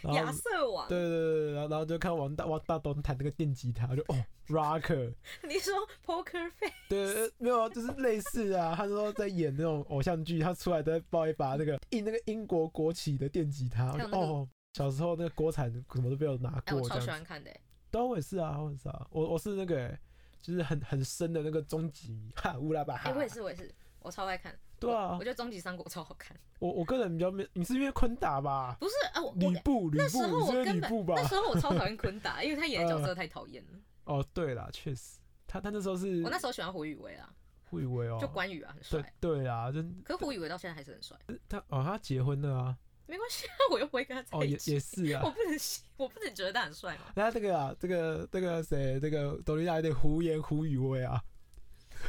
Speaker 2: 然
Speaker 3: 亚
Speaker 2: 后
Speaker 3: 瑟王，
Speaker 2: 哦对对对对，然后然后就看王大王大东弹那个电吉他，就哦 rocker，
Speaker 3: 你说 Poker Face，
Speaker 2: 对，呃没有啊，就是类似的啊。他说在演那种偶像剧，他出来都会抱一把那个印那个英国国旗的电吉他，我
Speaker 3: 还
Speaker 2: 就
Speaker 3: 有那个
Speaker 2: 哦。小时候那个国产什么都被我拿
Speaker 3: 哎，
Speaker 2: 过
Speaker 3: 我，
Speaker 2: 这
Speaker 3: 超
Speaker 2: 样
Speaker 3: 喜
Speaker 2: 子。
Speaker 3: 欢看的，
Speaker 2: 对啊，我也是啊，我也是啊，我我是那个、欸就是很很深的那个终极迷，哈乌拉巴哈。
Speaker 3: 哎，我也是，我也是，我超爱看，
Speaker 2: 对啊
Speaker 3: 我觉得《终极三国》超好看，
Speaker 2: 我我个人比较没，你是因为昆达吧？
Speaker 3: 不是啊，我我
Speaker 2: 吕布，吕
Speaker 3: 那时
Speaker 2: 布，
Speaker 3: 候
Speaker 2: 你
Speaker 3: 我
Speaker 2: 是因为
Speaker 3: 根
Speaker 2: 吕
Speaker 3: 本
Speaker 2: 布吧？嗯
Speaker 3: 那时候我超讨厌昆达，因为他演的角色太讨厌了。
Speaker 2: 哦，对啦，确实，他他那时候是
Speaker 3: 我那时候喜欢胡宇威啊，
Speaker 2: 会以为哦，
Speaker 3: 就关羽啊，很
Speaker 2: 对
Speaker 3: 帅。
Speaker 2: 对啊，就
Speaker 3: 可是胡宇威到现在还是很帅，
Speaker 2: 他哦，他结婚了啊，
Speaker 3: 没关系啊， 我又不会跟他在
Speaker 2: 哦
Speaker 3: 一
Speaker 2: 也
Speaker 3: 起。
Speaker 2: 也是 啊
Speaker 3: 我，不能信，我不能觉得他很帅嘛。
Speaker 2: 那这个啊，这个这个谁，这个董丽娜有点胡言胡语味啊，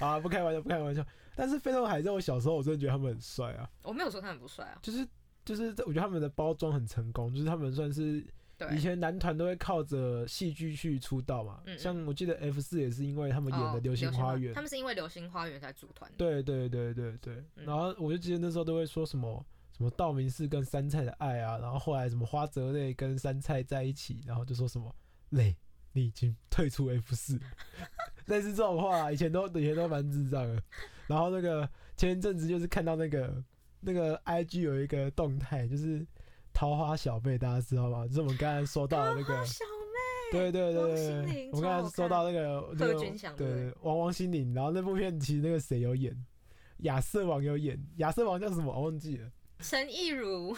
Speaker 2: 啊不开玩笑不开玩笑，但是飞龙海在我小时候，我真的觉得他们很帅啊，
Speaker 3: 我没有说他很不帅啊，
Speaker 2: 就是就是我觉得他们的包装很成功，就是他们算是
Speaker 3: 对，
Speaker 2: 以前男团都会靠着戏剧去出道嘛，
Speaker 3: 嗯嗯
Speaker 2: 像我记得 F 四也是因为他们演的
Speaker 3: 哦
Speaker 2: 《流星花园》
Speaker 3: 他们是因为《流星花园》才组团。，
Speaker 2: 对对对对对，
Speaker 3: 嗯
Speaker 2: 然后我就记得那时候都会说什么什么道明寺跟杉菜的爱啊，然后后来什么花泽类跟杉菜在一起，然后就说什么累，你已经退出 F 四，类似这种话、啊以前都以前都蛮智障的。然后那个前一阵子就是看到那个那个 IG 有一个动态，就是桃花小妹，大家知道吗？就是我们刚才说到的那个
Speaker 3: 小 妹，
Speaker 2: 对对对
Speaker 3: 王
Speaker 2: 对
Speaker 3: 心
Speaker 2: 对
Speaker 3: 凌，
Speaker 2: 我们刚才收到那个那个
Speaker 3: 贺军翔对
Speaker 2: 对
Speaker 3: 不对
Speaker 2: 对王王心凌，然后那部片其实那个谁有演，亚瑟王有演，亚瑟王叫什么我忘记了，
Speaker 3: 陈亦儒，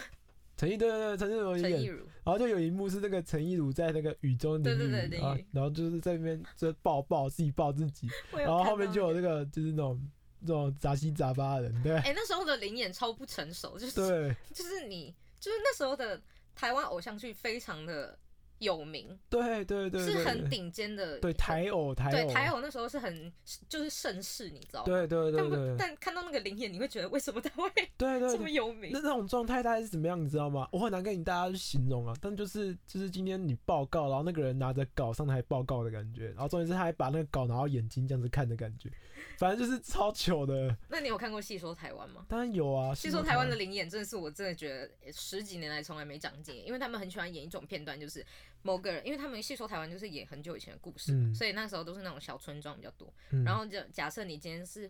Speaker 2: 陈毅对对对，陈毅有
Speaker 3: 陈亦
Speaker 2: 演，
Speaker 3: 儒，
Speaker 2: 然后就有一幕是那个陈亦儒在那个雨中淋
Speaker 3: 对对
Speaker 2: 雨
Speaker 3: 对淋
Speaker 2: 啊
Speaker 3: 雨，
Speaker 2: 然后就是在那边就抱抱自己抱自己，
Speaker 3: 我有
Speaker 2: 然后
Speaker 3: 看
Speaker 2: 后面
Speaker 3: 到
Speaker 2: 就有
Speaker 3: 那
Speaker 2: 那个就是那种那种杂七杂八的人，对
Speaker 3: 个哎、那时候的灵演超不成熟，就是
Speaker 2: 对
Speaker 3: 就是你就是那时候的台湾偶像剧非常的有名，
Speaker 2: 对对对，
Speaker 3: 是
Speaker 2: 对
Speaker 3: 很顶尖的，
Speaker 2: 对台偶台
Speaker 3: 对
Speaker 2: 偶
Speaker 3: 台偶那时候是很就是盛世，你知道吗？
Speaker 2: 对对对
Speaker 3: 但不
Speaker 2: 对
Speaker 3: 但看到那个灵演，你会觉得为什么他会
Speaker 2: 对对
Speaker 3: 这
Speaker 2: 对
Speaker 3: 么有名
Speaker 2: 那？那种状态大概是怎么样，你知道吗？我很难跟你大家去形容啊，但就是就是今天你报告，然后那个人拿着稿上台报告的感觉，然后重点是他还把那个稿拿到眼睛这样子看的感觉，反正就是超糗 的。
Speaker 3: 那你有看过《戏说台湾》吗？
Speaker 2: 当然有啊，
Speaker 3: 据说台湾的灵演真的是我真的觉得十几年来从来没长进，因为他们很喜欢演一种片段，就是某个人，因为他们戏说台湾就是演很久以前的故事，
Speaker 2: 嗯
Speaker 3: 所以那时候都是那种小村庄比较多。
Speaker 2: 嗯，
Speaker 3: 然后就假设你今天是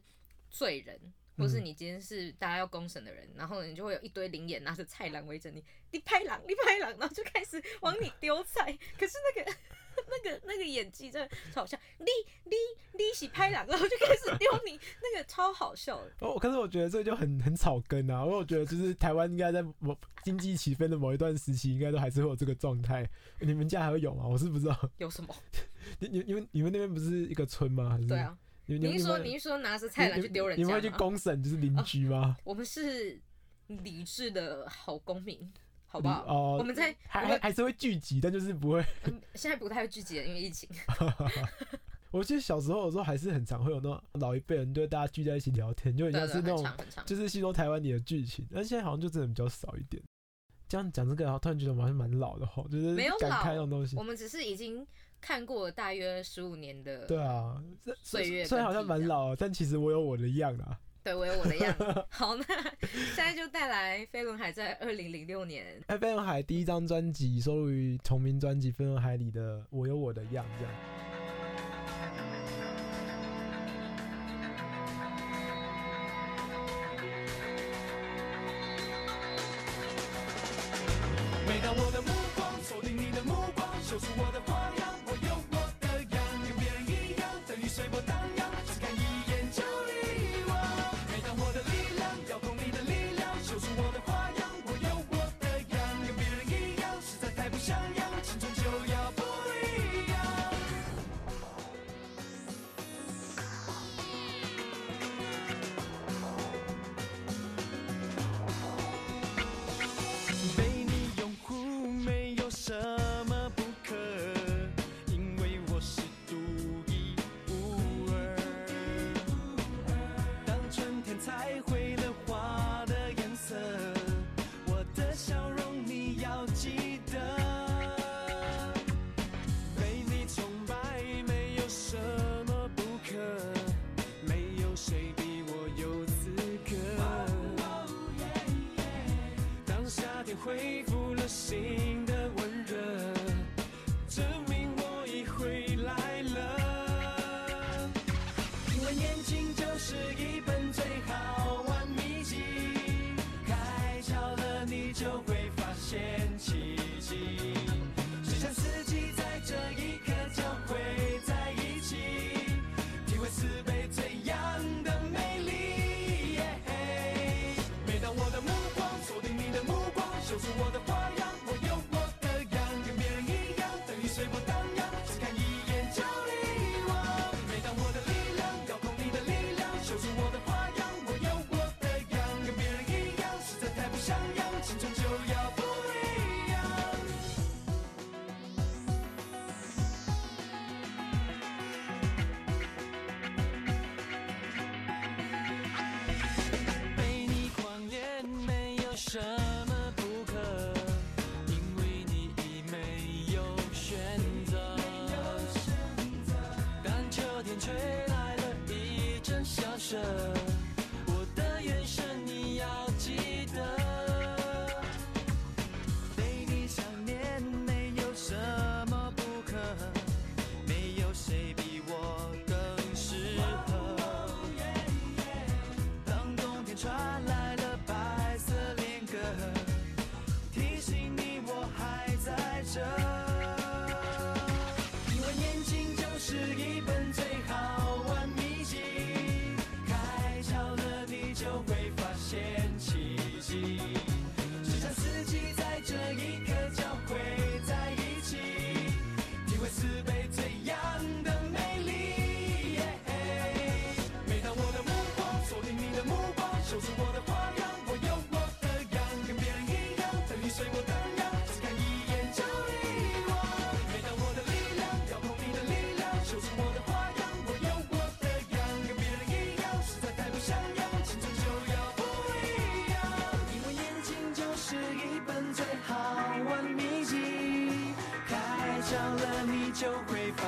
Speaker 3: 罪人，或
Speaker 2: 嗯
Speaker 3: 是你今天是大家要公审的人，然后你就会有一堆灵演拿着菜篮围着你，你拍狼，你拍狼，然后就开始往你丢菜。可是那个那个那个演技真的超好笑，你你你起拍狼，然后就开始丢你，那个超好笑的。
Speaker 2: 哦，可是我觉得这就很很草根啊，因为我觉得就是台湾应该在某经济起飞的某一段时期，应该都还是会有这个状态。你们家还会有吗？我是不知道。
Speaker 3: 有什么？
Speaker 2: 你你你们你们那边不是一个村吗？还是
Speaker 3: 对，啊。
Speaker 2: 你们
Speaker 3: 你是说
Speaker 2: 们
Speaker 3: 你是说拿着菜篮去丢人
Speaker 2: 你
Speaker 3: 家
Speaker 2: 们
Speaker 3: 吗？
Speaker 2: 会去公审就是邻居吗？
Speaker 3: 我们是理智的好公民，好不好？
Speaker 2: 哦
Speaker 3: 我们在我
Speaker 2: 还还
Speaker 3: 们、
Speaker 2: 还是会聚集，但就是不会。
Speaker 3: 嗯现在不太会聚集了，因为疫情。
Speaker 2: 我记得小时候的时候还是很常会有那种老一辈人对大家聚在一起聊天，就很
Speaker 3: 对
Speaker 2: 像
Speaker 3: 对，啊
Speaker 2: 是那
Speaker 3: 很
Speaker 2: 种
Speaker 3: 长很长。
Speaker 2: 就是吸收台湾里的剧情，但现在好像就真的比较少一点。这样讲这个，然后突然觉得我们好像蛮老的吼，就是
Speaker 3: 没有
Speaker 2: 感慨
Speaker 3: 老
Speaker 2: 那种东西
Speaker 3: 我。们只是已经看过大约十五年的，
Speaker 2: 对啊，这
Speaker 3: 岁月
Speaker 2: 虽然好像
Speaker 3: 更替
Speaker 2: 蛮
Speaker 3: 这样
Speaker 2: 老的，但其实我有我的样啊。
Speaker 3: 对我有我的 样子。好，那现在就带来飞轮海在二零零六年
Speaker 2: f m 海第一张专辑收录于同名专辑《飞轮海》里的《我有我的样》这样。
Speaker 8: 每当我的目光锁定你的目光，秀出我的花样，我有我的样，跟别人一样，等于随波荡漾，只看一眼就遗忘。每当我的力量遥控你的力量，秀出我的花样，我有我的样，跟别人一样，实在太不像样，青春就要不一样。被你拥护没有什么不可，因为我是独一无二。当春天采回了花的颜色，我的笑容你要记得。被你崇拜没有什么不可，没有谁比我有资格。当夏天恢复了新的温热，证明我已回来了。因为年轻就是一本最好玩秘籍，开窍了你就会发现奇迹。时常四季在这一刻就会在一起，体会四倍最阳的美丽。每当我的目光锁定你的目光，秀出我的花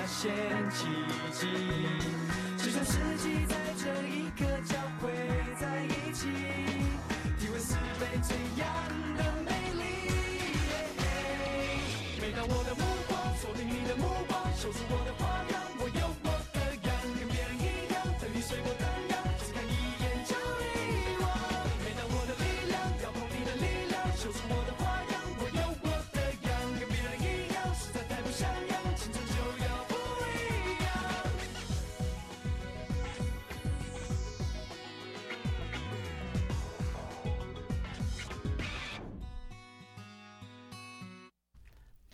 Speaker 8: 现奇迹。是创世纪在这一刻交汇在一起，体会四倍这样的美丽。每当我的目光锁定你的目光，守住我的花样，我有我的样，跟别人一样，等你随我荡漾，只看一眼就遗忘。每当我的力量调动你的力量，守住我的花样，我有我的样，跟别人一样，实在太不像样，青春就要不一样。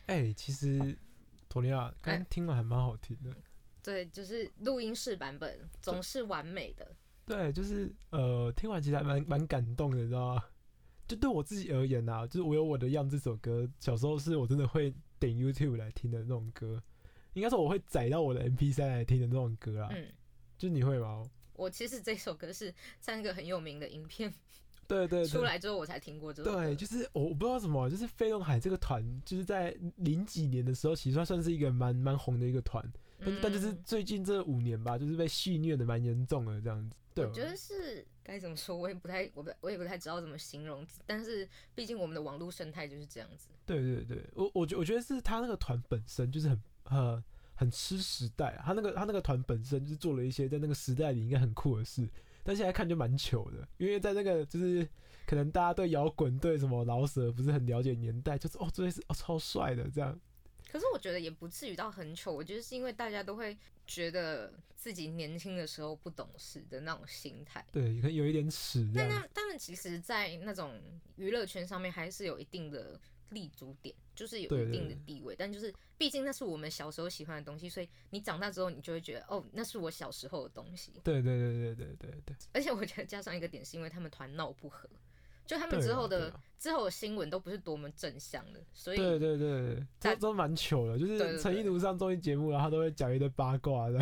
Speaker 2: 哎，其实托尼亚刚
Speaker 3: 哎
Speaker 2: 听完还蛮好听的。
Speaker 3: 对，就是录音室版本总是完美的。
Speaker 2: 对，就是呃，听完其实还蛮蛮感动的，你知道吗？就对我自己而言啊，就是《我有我的样》这首歌，小时候是我真的会点 YouTube 来听的那种歌，应该说我会载到我的 MP 3来听的那种歌啊。
Speaker 3: 嗯，
Speaker 2: 就你会吗？
Speaker 3: 我其实这首歌是三个很有名的影片
Speaker 2: 对对对，
Speaker 3: 出来之后我才听过这首歌。
Speaker 2: 对，就是我我不知道什么，啊就是飞轮海这个团，就是在零几年的时候，其实算算是一个蛮蛮红的一个团，但、但就是
Speaker 3: 嗯
Speaker 2: 最近这五年吧，就是被戏虐的蛮严重的这样子。对，啊
Speaker 3: 我觉得是该怎么说，我也不太，我不我也不太知道怎么形容。但是毕竟我们的网络生态就是这样子，
Speaker 2: 对对对，我我觉我觉得是他那个团本身就是很呃很吃时代啊、他那个他那个团本身就是做了一些在那个时代里应该很酷的事，但现在看就蛮糗的，因为在那个就是可能大家对摇滚对什么老舍不是很了解年代，就是哦这些是哦超帅的这样，
Speaker 3: 可是我觉得也不至于到很糗。我觉得是因为大家都会觉得自己年轻的时候不懂事的那种心态。
Speaker 2: 对，可能有一点屎这
Speaker 3: 但
Speaker 2: 样，
Speaker 3: 他他们其实，在那种娱乐圈上面还是有一定的立足点，就是有
Speaker 2: 对
Speaker 3: 一
Speaker 2: 对
Speaker 3: 定的
Speaker 2: 对
Speaker 3: 地位。但就是，毕竟那是我们小时候喜欢的东西，所以你长大之后，你就会觉得，哦，那是我小时候的东西。
Speaker 2: 对对对对对对对。
Speaker 3: 而且我觉得加上一个点，是因为他们团闹不和，就他们
Speaker 2: 对
Speaker 3: 之
Speaker 2: 啊
Speaker 3: 后
Speaker 2: 对
Speaker 3: 的、
Speaker 2: 啊
Speaker 3: 之后的新闻都不是多么正向的，所以
Speaker 2: 对对对对，
Speaker 3: 在
Speaker 2: 这都蛮糗的，就
Speaker 3: 对对
Speaker 2: 是陈
Speaker 3: 对
Speaker 2: 意如上综艺节目，然后他都会讲一堆八卦的。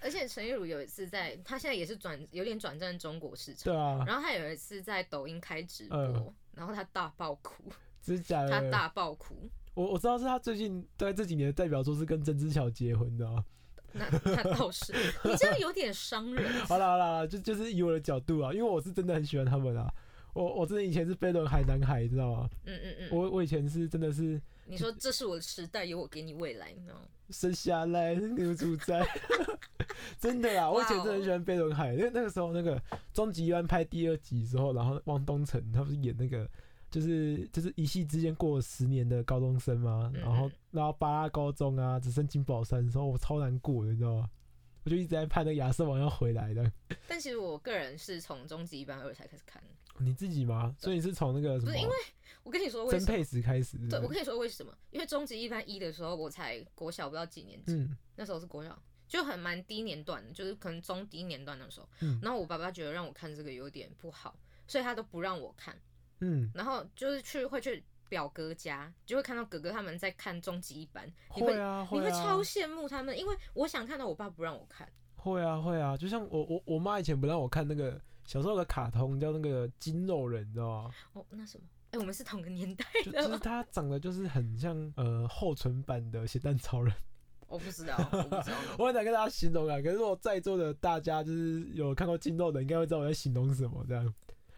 Speaker 3: 而且陈玉如有一次在，他现在也是转有点转战中国市场，
Speaker 2: 对啊，
Speaker 3: 然后他有一次在抖音开直播，
Speaker 2: 嗯
Speaker 3: 然后他大爆哭，
Speaker 2: 真的假
Speaker 3: 他
Speaker 2: 的？
Speaker 3: 大爆哭，
Speaker 2: 我我知道是他最近在这几年的代表作是跟曾之乔结婚的、啊。
Speaker 3: 那那倒 是，你这样有点伤人。
Speaker 2: 好啦好啦好啦，就就是以我的角度啊，因为我是真的很喜欢他们啊。我我真的以前是飞轮海男孩，你知道吗？
Speaker 3: 嗯嗯嗯，
Speaker 2: 我我以前是真的是
Speaker 3: 你说这是我的时代，有我给你未来，你知道吗？
Speaker 2: 生下来留住在， 真的啊啦！我以前真的很喜欢飞轮海，因为那个时候那个终极一班拍第二集的时候，然后汪东城他不是演那个，就是就是一夕之间过了十年的高中生嘛，
Speaker 3: 嗯
Speaker 2: 然后然后八拉高中啊，只剩金宝山的时候，我超难过的，你知道吗？我就一直在盼那个亚瑟王要回来的。
Speaker 3: 但其实我个人是从终极一班二才开始看的，
Speaker 2: 你自己吗？所以你是从那个什
Speaker 3: 不
Speaker 2: 么
Speaker 3: 是因为我跟你说为
Speaker 2: 曾
Speaker 3: 什么？
Speaker 2: 沛慈开始是不是？
Speaker 3: 对，我跟你说为什么？因为终极一班一的时候，我才国小不知道几年级，
Speaker 2: 嗯
Speaker 3: 那时候是国小，就很蛮低年段的，就是可能中低年段那时候。
Speaker 2: 嗯
Speaker 3: 然后我爸爸觉得让我看这个有点不好，所以他都不让我看。
Speaker 2: 嗯，
Speaker 3: 然后就是去会去表哥家，就会看到哥哥他们在看终极一班，你
Speaker 2: 会啊
Speaker 3: 你
Speaker 2: 会
Speaker 3: 会
Speaker 2: 啊
Speaker 3: 超，羡慕他们，因为我想看到我爸不让我看。
Speaker 2: 会啊会啊，就像我我我妈以前不让我看那个小时候有个卡通叫那个金肉人，你知道吗？
Speaker 3: 哦，那什么？哎、我们是同个年 代
Speaker 2: 就
Speaker 3: 的
Speaker 2: 就是
Speaker 3: 吗？
Speaker 2: 他长得就是很像呃厚唇版的咸蛋超人，
Speaker 3: 我哦不知道，我不知道。
Speaker 2: 我很难跟大家形容啊。可是我在座的大家就是有看过金肉人，应该会知道我在形容什么这样。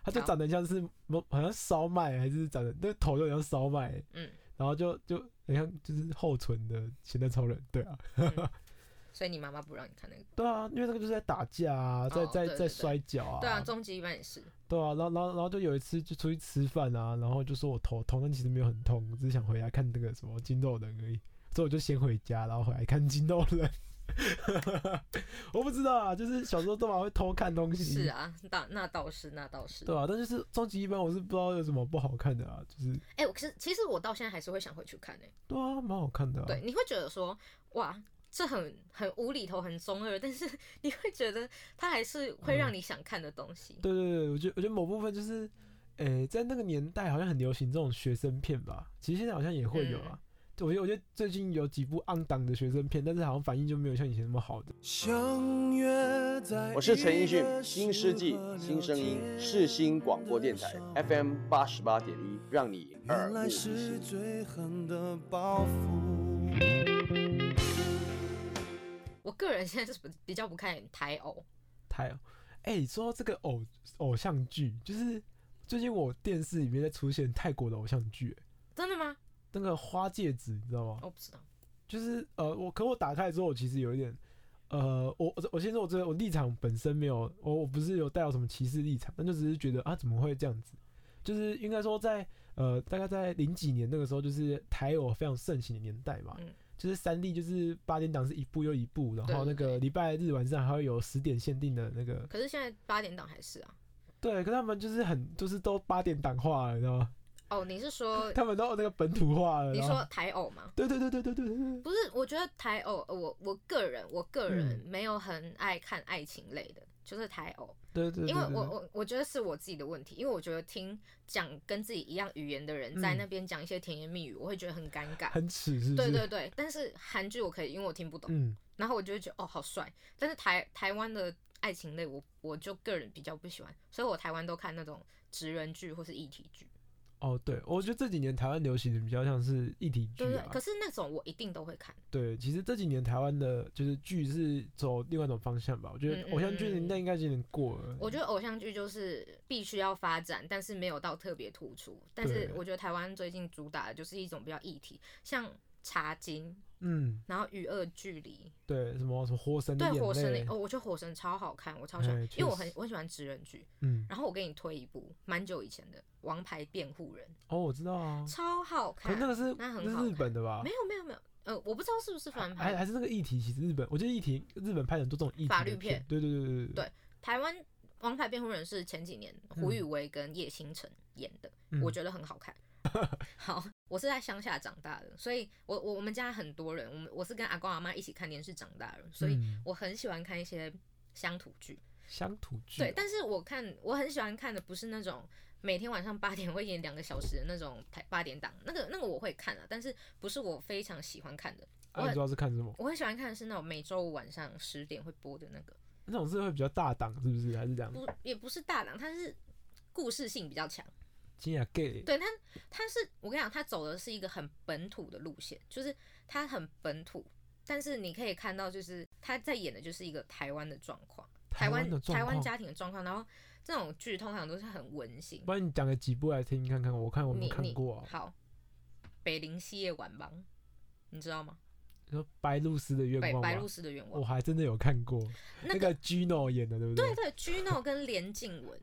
Speaker 2: 他就
Speaker 3: 好
Speaker 2: 长得像是某好像烧麦，还是长得那个头就很像烧麦，
Speaker 3: 嗯，
Speaker 2: 然后就就很像就是厚唇的咸蛋超人，对啊。
Speaker 3: 所以你妈妈不让你看那个？
Speaker 2: 对啊，因为那个就是在打架啊，在
Speaker 3: 哦
Speaker 2: 在
Speaker 3: 对对
Speaker 2: 在
Speaker 3: 对
Speaker 2: 摔跤啊，
Speaker 3: 对啊，终极一班也是。
Speaker 2: 对啊，然后然后然后就有一次就出去吃饭啊，然后就说我头痛，但其实没有很痛，只是想回来看那个什么筋斗人而已，所以我就先回家，然后回来看筋斗人。 我不知道啊，就是小时候都蛮会偷看东西，
Speaker 3: 是，啊，那那倒是，那倒是。
Speaker 2: 对啊，但就是终极一班我是不知道有什么不好看的啊，就是
Speaker 3: 哎、我可是其实我到现在还是会想回去看诶、欸
Speaker 2: 对啊，蛮好看的、啊，
Speaker 3: 对，你会觉得说，哇，这很很无厘头，很中二，但 是你会觉得它还是会
Speaker 2: 嗯
Speaker 3: 让你想看的东西。
Speaker 2: 对对对，我觉得我觉得某部分就是，诶、在那个年代好像很流行这种学生片吧，其实现在好像也会有
Speaker 3: 嗯
Speaker 2: 啊。我觉得我觉得最近有几部暗档的学生片，但是好像反应就没有像以前那么好的。
Speaker 5: 相约在
Speaker 4: 我是陈奕迅，新世纪新声音世新广播电台 FM 八十八点一，让你耳目一新。
Speaker 5: 最狠的报复。
Speaker 3: 个人现在是比较不看台偶，
Speaker 2: 太，哎、说到这个偶偶像剧，就是最近我电视里面在出现泰国的偶像剧、哎
Speaker 3: 真的吗？
Speaker 2: 那个花戒指，你知道吗？
Speaker 3: 我不知道，
Speaker 2: 就是呃，我可我打开之后，我其实有一点，呃，我我我先说，我这我立场本身没有，我我不是有带有什么歧视立场，但就只是觉得啊，怎么会这样子？就是应该说在呃，大概在零几年那个时候，就是台偶非常盛行的年代嘛，
Speaker 3: 嗯
Speaker 2: 就是三 D 就是八点档是一部又一部，然后那
Speaker 3: 对
Speaker 2: 个礼拜日晚上还会有十点限定的那个，
Speaker 3: 可是现在八点档还是啊。
Speaker 2: 对，可他们就是很就是都八点档化了，你知道吗？
Speaker 3: 哦，你是说
Speaker 2: 他们都那个本土化了，
Speaker 3: 你
Speaker 2: 然后
Speaker 3: 说台偶吗？
Speaker 2: 对对对对对对对对，
Speaker 3: 不是，我觉得台偶，呃我我个人我个人
Speaker 2: 嗯
Speaker 3: 没有很爱看爱情类的，就是台偶，
Speaker 2: 对对，对
Speaker 3: 因为
Speaker 2: 对
Speaker 3: 我
Speaker 2: 对
Speaker 3: 我我觉得是我自己的问题，因为我觉得听讲跟自己一样语言的人在
Speaker 2: 嗯
Speaker 3: 那边讲一些甜言蜜语，我会觉得很尴尬。
Speaker 2: 很耻是不
Speaker 3: 对
Speaker 2: 是？
Speaker 3: 对对，但是韩剧我可以，因为我听不懂，
Speaker 2: 嗯，
Speaker 3: 然后我就会觉得哦好帅，但是台台湾的爱情类我我就个人比较不喜欢，所以我台湾都看那种职人剧或是议题剧，
Speaker 2: 哦，对，我觉得这几年台湾流行的比较像是议题剧
Speaker 3: 对不对？
Speaker 2: 啊
Speaker 3: 可，是那种我一定都会看，
Speaker 2: 对，其实这几年台湾的就是剧是走另外一种方向吧，我觉
Speaker 3: 嗯
Speaker 2: 得
Speaker 3: 嗯
Speaker 2: 偶像剧的
Speaker 3: 嗯
Speaker 2: 年代应该有点过了，
Speaker 3: 我觉得偶像剧就是必须要发展，但是没有到特别突出。但是
Speaker 2: 对
Speaker 3: 我觉得台湾最近主打的就是一种比较议题，像《茶经》，
Speaker 2: 嗯，
Speaker 3: 然后《与恶距离
Speaker 2: 对，什么什么火》神的
Speaker 3: 对
Speaker 2: 眼
Speaker 3: 《火神的》
Speaker 2: 泪
Speaker 3: 哦，，我觉得《火神》超好看，我超喜欢
Speaker 2: 哎，
Speaker 3: 因为我
Speaker 2: 确
Speaker 3: 很
Speaker 2: 实
Speaker 3: 我很喜欢职人剧。
Speaker 2: 嗯，
Speaker 3: 然后我给你推一部蛮久以前的《王牌辩护人
Speaker 2: 哦，我知道啊》，，
Speaker 3: 超好
Speaker 2: 可
Speaker 3: 看
Speaker 2: 是。那个是
Speaker 3: 那很
Speaker 2: 是
Speaker 3: 好
Speaker 2: 日
Speaker 3: 看
Speaker 2: 本的吧
Speaker 3: 没？有没有没有，呃，我不知道是不是翻
Speaker 2: 还
Speaker 3: 拍
Speaker 2: 还是那个议题，其实日本，我觉得议题日本拍的很多这种议题
Speaker 3: 法
Speaker 2: 的
Speaker 3: 律片
Speaker 2: 对对对对对
Speaker 3: 对台湾。《王牌辩护人》是前几年胡宇威跟叶星辰演的，
Speaker 2: 嗯
Speaker 3: 我觉得很好看。 好，我是在乡下长大的，所以我我我们家很多人，我们我是跟阿公阿妈一起看电视长大的，所以
Speaker 2: 嗯
Speaker 3: 我很喜欢看一些乡土剧。
Speaker 2: 乡土剧哦，
Speaker 3: 对，但是我看我很喜欢看的不是那种每天晚上八点会演两个小时的那种台八点档，那个那个我会看啊，但是不是我非常喜欢看的。我
Speaker 2: 啊，你
Speaker 3: 很
Speaker 2: 知道是看什么？
Speaker 3: 我很喜欢看的是那种每周五晚上十点会播的那个，
Speaker 2: 那种是会比较大档，是不是？还是这样？
Speaker 3: 不也不是大档，它是故事性比较强。
Speaker 2: 金雅 gay，
Speaker 3: 对他，他是我跟你讲，他走的是一个很本土的路线，就是他很本土，但是你可以看到，就是他在演的就是一个台湾的状况，台湾
Speaker 2: 的状
Speaker 3: 台湾
Speaker 2: 况
Speaker 3: 家庭的状况。然后这种剧通常都是很温馨。
Speaker 2: 不然你讲个几部来听看看，我看我没
Speaker 3: 你
Speaker 2: 有看过
Speaker 3: 你
Speaker 2: 啊。
Speaker 3: 好，北林系夜晚帮，你知道吗？
Speaker 2: 你说白露丝的愿
Speaker 3: 白
Speaker 2: 望
Speaker 3: 白
Speaker 2: 吗
Speaker 3: 露丝的愿
Speaker 2: 我
Speaker 3: 望，
Speaker 2: 还真的有看过，
Speaker 3: 那
Speaker 2: 个 Gino 演的，对不对？
Speaker 3: 对对，Gino 跟连静 文，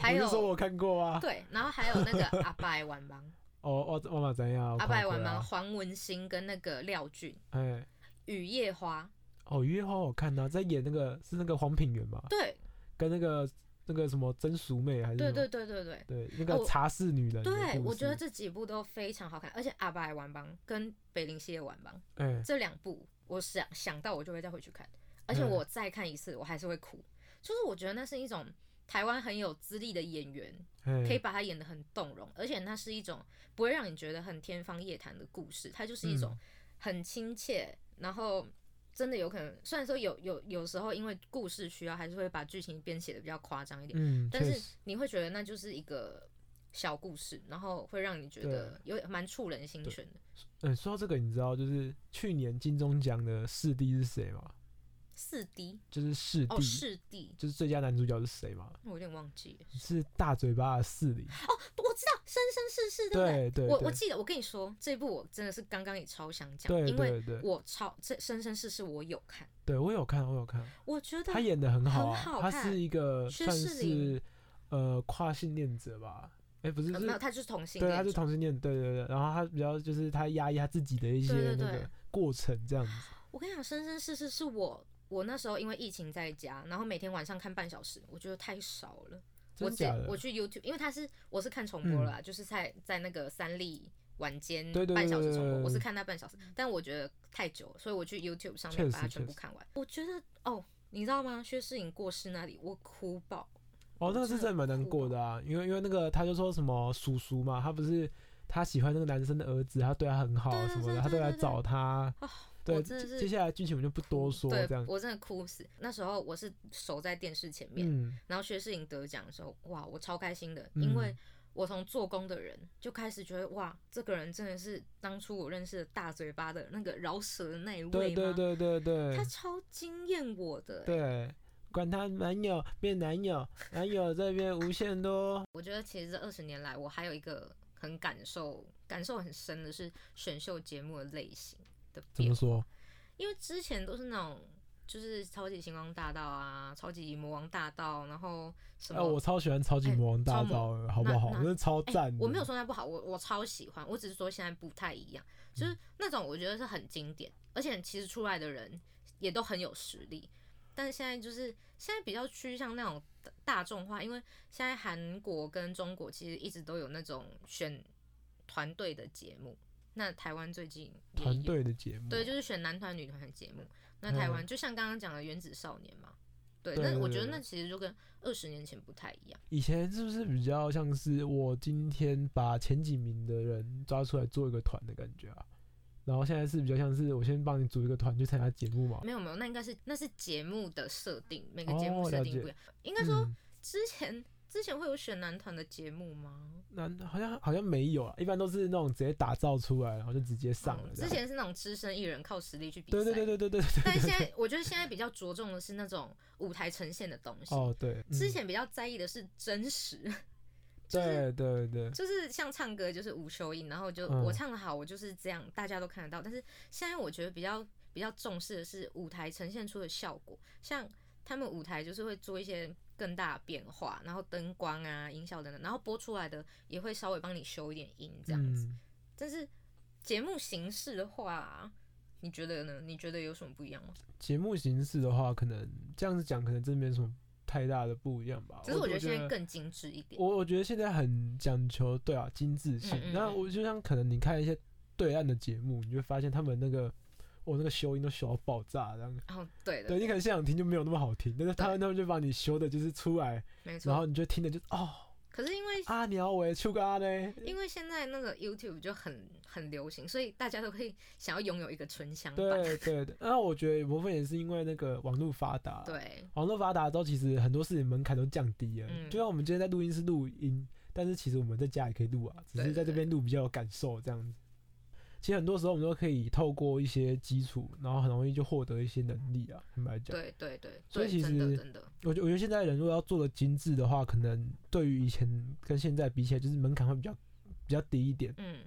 Speaker 3: 还
Speaker 2: 我就说
Speaker 3: 有
Speaker 2: 我看过啊。
Speaker 3: 对，然后还有那 个阿拜晚帮，
Speaker 2: 哦哦，妈妈怎样？我
Speaker 3: 阿
Speaker 2: 看
Speaker 3: 拜
Speaker 2: 过
Speaker 3: 晚帮
Speaker 2: 啊。
Speaker 3: 黄文兴跟那个廖俊，
Speaker 2: 哎，
Speaker 3: 雨夜花，
Speaker 2: 哦，约好好看啊，在演那个是那个黄品源嘛，
Speaker 3: 对，
Speaker 2: 跟那个那个什么真淑妹还是
Speaker 3: 对
Speaker 2: 什
Speaker 3: 对
Speaker 2: 么
Speaker 3: 对对对
Speaker 2: 对那
Speaker 3: 啊
Speaker 2: 个
Speaker 3: 我
Speaker 2: 茶室女人的故事。
Speaker 3: 对，我觉得这几部都非常好看，而且《阿爸玩帮》跟《北林系列玩帮》
Speaker 2: 哎，
Speaker 3: 这两部，我想想到我就会再回去看，而且
Speaker 2: 嗯
Speaker 3: 我再看一次，我还是会哭，就是我觉得那是一种台湾很有资历的演员，可以
Speaker 2: 哎，
Speaker 3: 把它演得很动容，而且它是一种不会让你觉得很天方夜谭的故事，它就是一种
Speaker 2: 嗯
Speaker 3: 很亲切，然后。真的有可能，虽然说有有有时候因为故事需要，还是会把剧情编写的比较夸张一点，
Speaker 2: 嗯，
Speaker 3: 但
Speaker 2: 确
Speaker 3: 是
Speaker 2: 实
Speaker 3: 你会觉得那就是一个小故事，然后会让你觉得有蛮触人心弦的。
Speaker 2: 嗯，说到这个，你知道就是去年金钟奖的视帝是谁吗？
Speaker 3: 四 D
Speaker 2: 就是视帝
Speaker 3: 哦，，视帝，
Speaker 2: 就是最佳男主角是谁吗？
Speaker 3: 我有点忘记了。
Speaker 2: 是大嘴巴的四零，
Speaker 3: 我知道，生生世世，对不啊
Speaker 2: 对
Speaker 3: 对？
Speaker 2: 对，
Speaker 3: 我
Speaker 2: 对
Speaker 3: 我记得，我跟你说，这一部我真的是刚刚也超想讲，
Speaker 2: 对
Speaker 3: 因为
Speaker 2: 对对
Speaker 3: 我超这生生世世我有看，
Speaker 2: 对，我有看，我有看，
Speaker 3: 我觉得
Speaker 2: 他演的很好
Speaker 3: 很
Speaker 2: 啊
Speaker 3: 好，
Speaker 2: 他
Speaker 3: 看
Speaker 2: 是一个
Speaker 3: 薛
Speaker 2: 算
Speaker 3: 仕凌
Speaker 2: 是呃跨性恋者吧，哎，不是，
Speaker 3: 呃
Speaker 2: 就
Speaker 3: 没有，
Speaker 2: 是
Speaker 3: 他就是同性
Speaker 2: 对，他
Speaker 3: 恋
Speaker 2: 是
Speaker 3: 者，
Speaker 2: 同性恋，对对对，然后他比较就是他压抑他自己的一
Speaker 3: 对
Speaker 2: 些
Speaker 3: 对
Speaker 2: 那
Speaker 3: 对
Speaker 2: 个过程这样子，
Speaker 3: 我跟你讲，生生世世是我。我那时候因为疫情在家，然后每天晚上看半小时，我觉得太少了。我
Speaker 2: 真
Speaker 3: 只
Speaker 2: 假的？
Speaker 3: 我
Speaker 2: 嗯
Speaker 3: 去 YouTube，因为他是我是看重播了啦，就是在在那个三立晚间
Speaker 2: 对对对
Speaker 3: 半小时重
Speaker 2: 对对
Speaker 3: 播，
Speaker 2: 对
Speaker 3: 我是看那半小时，但我觉得太久了，所以我去 YouTube 上
Speaker 2: 确
Speaker 3: 面
Speaker 2: 实
Speaker 3: 把它全部
Speaker 2: 确实
Speaker 3: 看完。我觉得哦，你知道吗？薛仕颖过世那里，我哭爆。
Speaker 2: 哦，那个是
Speaker 3: 真的
Speaker 2: 真的蛮难
Speaker 3: 哭
Speaker 2: 过的啊，因为因为那个他就说什么叔叔嘛，他不是他喜欢那个男生的儿子，他对他很好
Speaker 3: 对对
Speaker 2: 什么
Speaker 3: 对
Speaker 2: 的，他
Speaker 3: 对
Speaker 2: 都来
Speaker 3: 对对
Speaker 2: 找他，
Speaker 3: 哦
Speaker 2: 对，
Speaker 3: 我真的
Speaker 2: 接
Speaker 3: 是嗯
Speaker 2: 接下来剧情我们就不多说
Speaker 3: 对
Speaker 2: 这样，
Speaker 3: 我真的哭死。那时候我是守在电视前面，
Speaker 2: 嗯
Speaker 3: 然后薛仕颖得奖的时候，哇，我超开心的，
Speaker 2: 嗯
Speaker 3: 因为我从做工的人就开始觉得，哇，这个人真的是当初我认识的大嘴巴的那个饶舌的那一位吗？
Speaker 2: 对对对对对
Speaker 3: 他，超惊艳我的、欸。
Speaker 2: 对，管他男友变男友，男友这边无限 多。
Speaker 3: 我觉得其实这二十年来，我还有一个很感受感受很深的是选秀节目的类型的
Speaker 2: 怎
Speaker 3: 变
Speaker 2: 么
Speaker 3: 化，
Speaker 2: 说？
Speaker 3: 因为之前都是那种。就是超级星光大道啊，超级魔王大道，然后什
Speaker 2: 哎、
Speaker 3: 么？
Speaker 2: 我超喜欢超级魔王大
Speaker 3: 哎超
Speaker 2: 道的，好不
Speaker 3: 那
Speaker 2: 好？
Speaker 3: 那
Speaker 2: 真的超
Speaker 3: 哎
Speaker 2: 赞的、
Speaker 3: 我没有说它不好，我我超喜欢，我只是说现在不太一样，
Speaker 2: 嗯
Speaker 3: 就是那种我觉得是很经典，而且其实出来的人也都很有实力，但是现在就是现在比较趋向那种大大众化，因为现在韩国跟中国其实一直都有那种选团队的节目，那台湾最近也有
Speaker 2: 团队的节目。啊
Speaker 3: 对，就是选男团、女团的节目。那台湾、就像刚刚讲的《原子少年》嘛，对，
Speaker 2: 嗯对
Speaker 3: 那
Speaker 2: 对
Speaker 3: 我觉得
Speaker 2: 对
Speaker 3: 那其实就跟二十年前不太一样。
Speaker 2: 以前是不是比较像是我今天把前几名的人抓出来做一个团的感觉啊？然后现在是比较像是我先帮你组一个团去参加节目嘛？
Speaker 3: 没有没有，那应该是那是节目的设定，每个节
Speaker 2: 哦
Speaker 3: 目设
Speaker 2: 了
Speaker 3: 定
Speaker 2: 解
Speaker 3: 不一样。应该说
Speaker 2: 嗯
Speaker 3: 之前之前会有选男团的节目吗？
Speaker 2: 那好像好像没有啊，一般都是那种直接打造出来，然后就直接上了这
Speaker 3: 嗯之
Speaker 2: 样。
Speaker 3: 前是那种资深艺人靠实力去比赛，
Speaker 2: 对对对对对对对。
Speaker 3: 但现在我觉得现在比较着重的是那种舞台呈现的东西。
Speaker 2: 哦对，嗯
Speaker 3: 之前比较在意的是真实，
Speaker 2: 对对对，
Speaker 3: 就是像唱歌就是无修音，然后就、
Speaker 2: 嗯
Speaker 3: 我唱的好，我就是这样，大家都看得到。但是现在我觉得比较比较重视的是舞台呈现出的效果，像他们舞台就是会做一些更大的变化，然后灯光啊、音效等等，然后播出来的也会稍微帮你修一点音这样子。
Speaker 2: 嗯
Speaker 3: 但是节目形式的话，你觉得呢？你觉得有什么不一样吗？
Speaker 2: 节目形式的话，可能这样子讲，可能真没什么太大的不一样吧。
Speaker 3: 只是我
Speaker 2: 哦我
Speaker 3: 觉得现在
Speaker 2: 得
Speaker 3: 更精致一点。
Speaker 2: 我我觉得现在很讲求对啊精致性
Speaker 3: 嗯嗯。
Speaker 2: 那、
Speaker 3: 嗯
Speaker 2: 我就像可能你看一些对岸的节目，你就会发现他们那个哦我那个修音都修到爆炸这样。
Speaker 3: 哦，对的，
Speaker 2: 对你可能现场听就没有那么好听，但是他
Speaker 3: 对
Speaker 2: 们他们就把你修的就是出来，
Speaker 3: 没错。
Speaker 2: 然后你就听的就哦
Speaker 3: 可是因为
Speaker 2: 阿鸟喂出个啊阿嘞，
Speaker 3: 因为现在那个 YouTube 就很很流行，所以大家都会想要拥有一个纯享版。
Speaker 2: 对对对。那我觉得有部分也是因为那个网络发达，
Speaker 3: 对
Speaker 2: 网哦络发达之后，其实很多事情门槛都降低了。
Speaker 3: 嗯
Speaker 2: 就像我们今天在录音室录音，但是其实我们在家也可以录啊，只
Speaker 3: 对
Speaker 2: 是
Speaker 3: 对
Speaker 2: 在这边录比较有感受这样子。其实很多时候我们都可以透过一些基础，然后很容易就获得一些能力啊。坦白讲，
Speaker 3: 对对对
Speaker 2: 所以
Speaker 3: 对，
Speaker 2: 其
Speaker 3: 真的
Speaker 2: 实
Speaker 3: 真的，
Speaker 2: 我觉我觉得现在人如果要做的精致的话，可能对于以前跟现在比起来，就是门槛会比较比较低一点，
Speaker 3: 嗯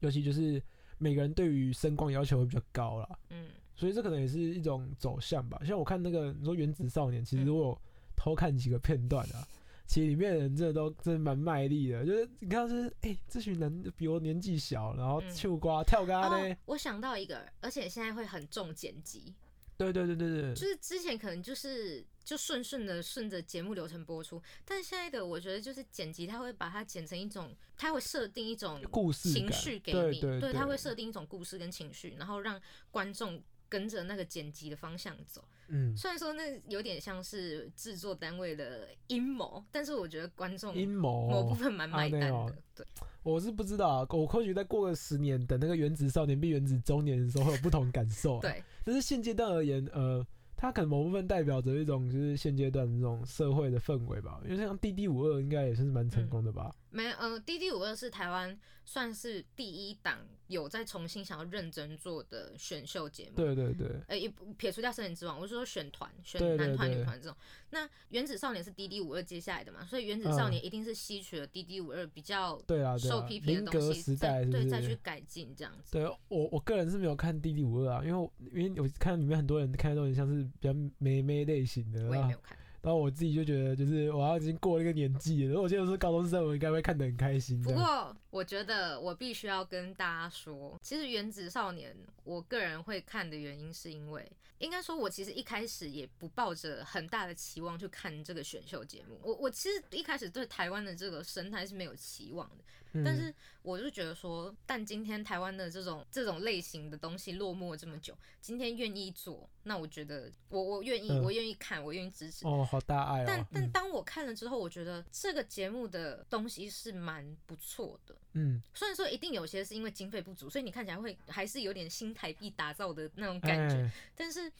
Speaker 2: 尤其就是每个人对于声光要求会比较高啦。
Speaker 3: 嗯，
Speaker 2: 所以这可能也是一种走向吧。像我看那个你说《原子少年》，其实
Speaker 3: 嗯
Speaker 2: 我有偷看几个片段啊，其实里面的人真的都真的蛮卖力的，就是你看就是哎、这群人比我年纪小，然后
Speaker 3: 嗯
Speaker 2: 秋瓜跳啊咖呢，
Speaker 3: 哦，我想到一个，而且现在会很重剪辑，
Speaker 2: 对对对对
Speaker 3: 就
Speaker 2: 对，
Speaker 3: 是之前可能就是就顺顺的顺着节目流程播出，但现在的我觉得就是剪辑，它会把它剪成一种，它会设定一种
Speaker 2: 故事
Speaker 3: 情
Speaker 2: 感
Speaker 3: 绪给
Speaker 2: 对
Speaker 3: 你，
Speaker 2: 对对
Speaker 3: 它会设定一种故事跟情绪，然后让观众跟着那个剪辑的方向走。
Speaker 2: 嗯，
Speaker 3: 虽然说那有点像是制作单位的阴谋，但是我觉得观众
Speaker 2: 阴
Speaker 3: 某部
Speaker 2: 谋，
Speaker 3: 分蛮买
Speaker 2: 啊那
Speaker 3: 单的。
Speaker 2: 哦
Speaker 3: 对，
Speaker 2: 我是不知道啊，我或许再过个十年，等那个《原子少年》变《原子中年》的时候，会有不同感受、啊。
Speaker 3: 对，
Speaker 2: 但是现阶段而言，呃，它可能某部分代表着一种就是现阶段的这种社会的氛围吧。因为像《D D 五二》应该也算是蛮成功的吧。
Speaker 3: 没呃，《D D 五二》是台湾算是第一档有在重新想要认真做的选秀节目。
Speaker 2: 对对对，
Speaker 3: 呃，也不撇除掉《森林之王》，我是说选团、选
Speaker 2: 对对
Speaker 3: 男团、
Speaker 2: 对
Speaker 3: 女团这种。那《原子少年》是 D D 五二接下来的嘛，所以《原子
Speaker 2: 嗯
Speaker 3: 少年》一定是吸取了 D D 五二比较
Speaker 2: 对啊，对
Speaker 3: 受
Speaker 2: 啊
Speaker 3: 批，评
Speaker 2: 林
Speaker 3: 的东
Speaker 2: 格
Speaker 3: 西，
Speaker 2: 时代
Speaker 3: 再
Speaker 2: 是不
Speaker 3: 对再去
Speaker 2: 是？
Speaker 3: 改进这样子。
Speaker 2: 对啊我我个人是没有看《D D 五二》啊，因为我因为我看到里面很多人看的都很像是比较妹妹类型的
Speaker 3: 我也
Speaker 2: 啊
Speaker 3: 没，有看，
Speaker 2: 然后我自己就觉得就是我要已经过了一个年纪了，如果我现在是高中生，我应该会看得很开心这
Speaker 3: 不
Speaker 2: 样。
Speaker 3: 过我觉得我必须要跟大家说，其实《原子少年》我个人会看的原因是因为，应该说我其实一开始也不抱着很大的期望去看这个选秀节目，我我其实一开始对台湾的这个生态是没有期望的。
Speaker 2: 嗯
Speaker 3: 但是我就觉得说，但今天台湾的这种这种类型的东西落寞了这么久，今天愿意做，那我觉得我我愿意，
Speaker 2: 嗯
Speaker 3: 我愿意看，我愿意支持。
Speaker 2: 哦，好大爱
Speaker 3: 但
Speaker 2: 哦，
Speaker 3: 但
Speaker 2: 嗯
Speaker 3: 当我看了之后，我觉得这个节目的东西是蛮不错的。
Speaker 2: 嗯，
Speaker 3: 虽然说一定有些是因为经费不足，所以你看起来会还是有点新台币打造的那种感觉，
Speaker 2: 哎
Speaker 3: 但是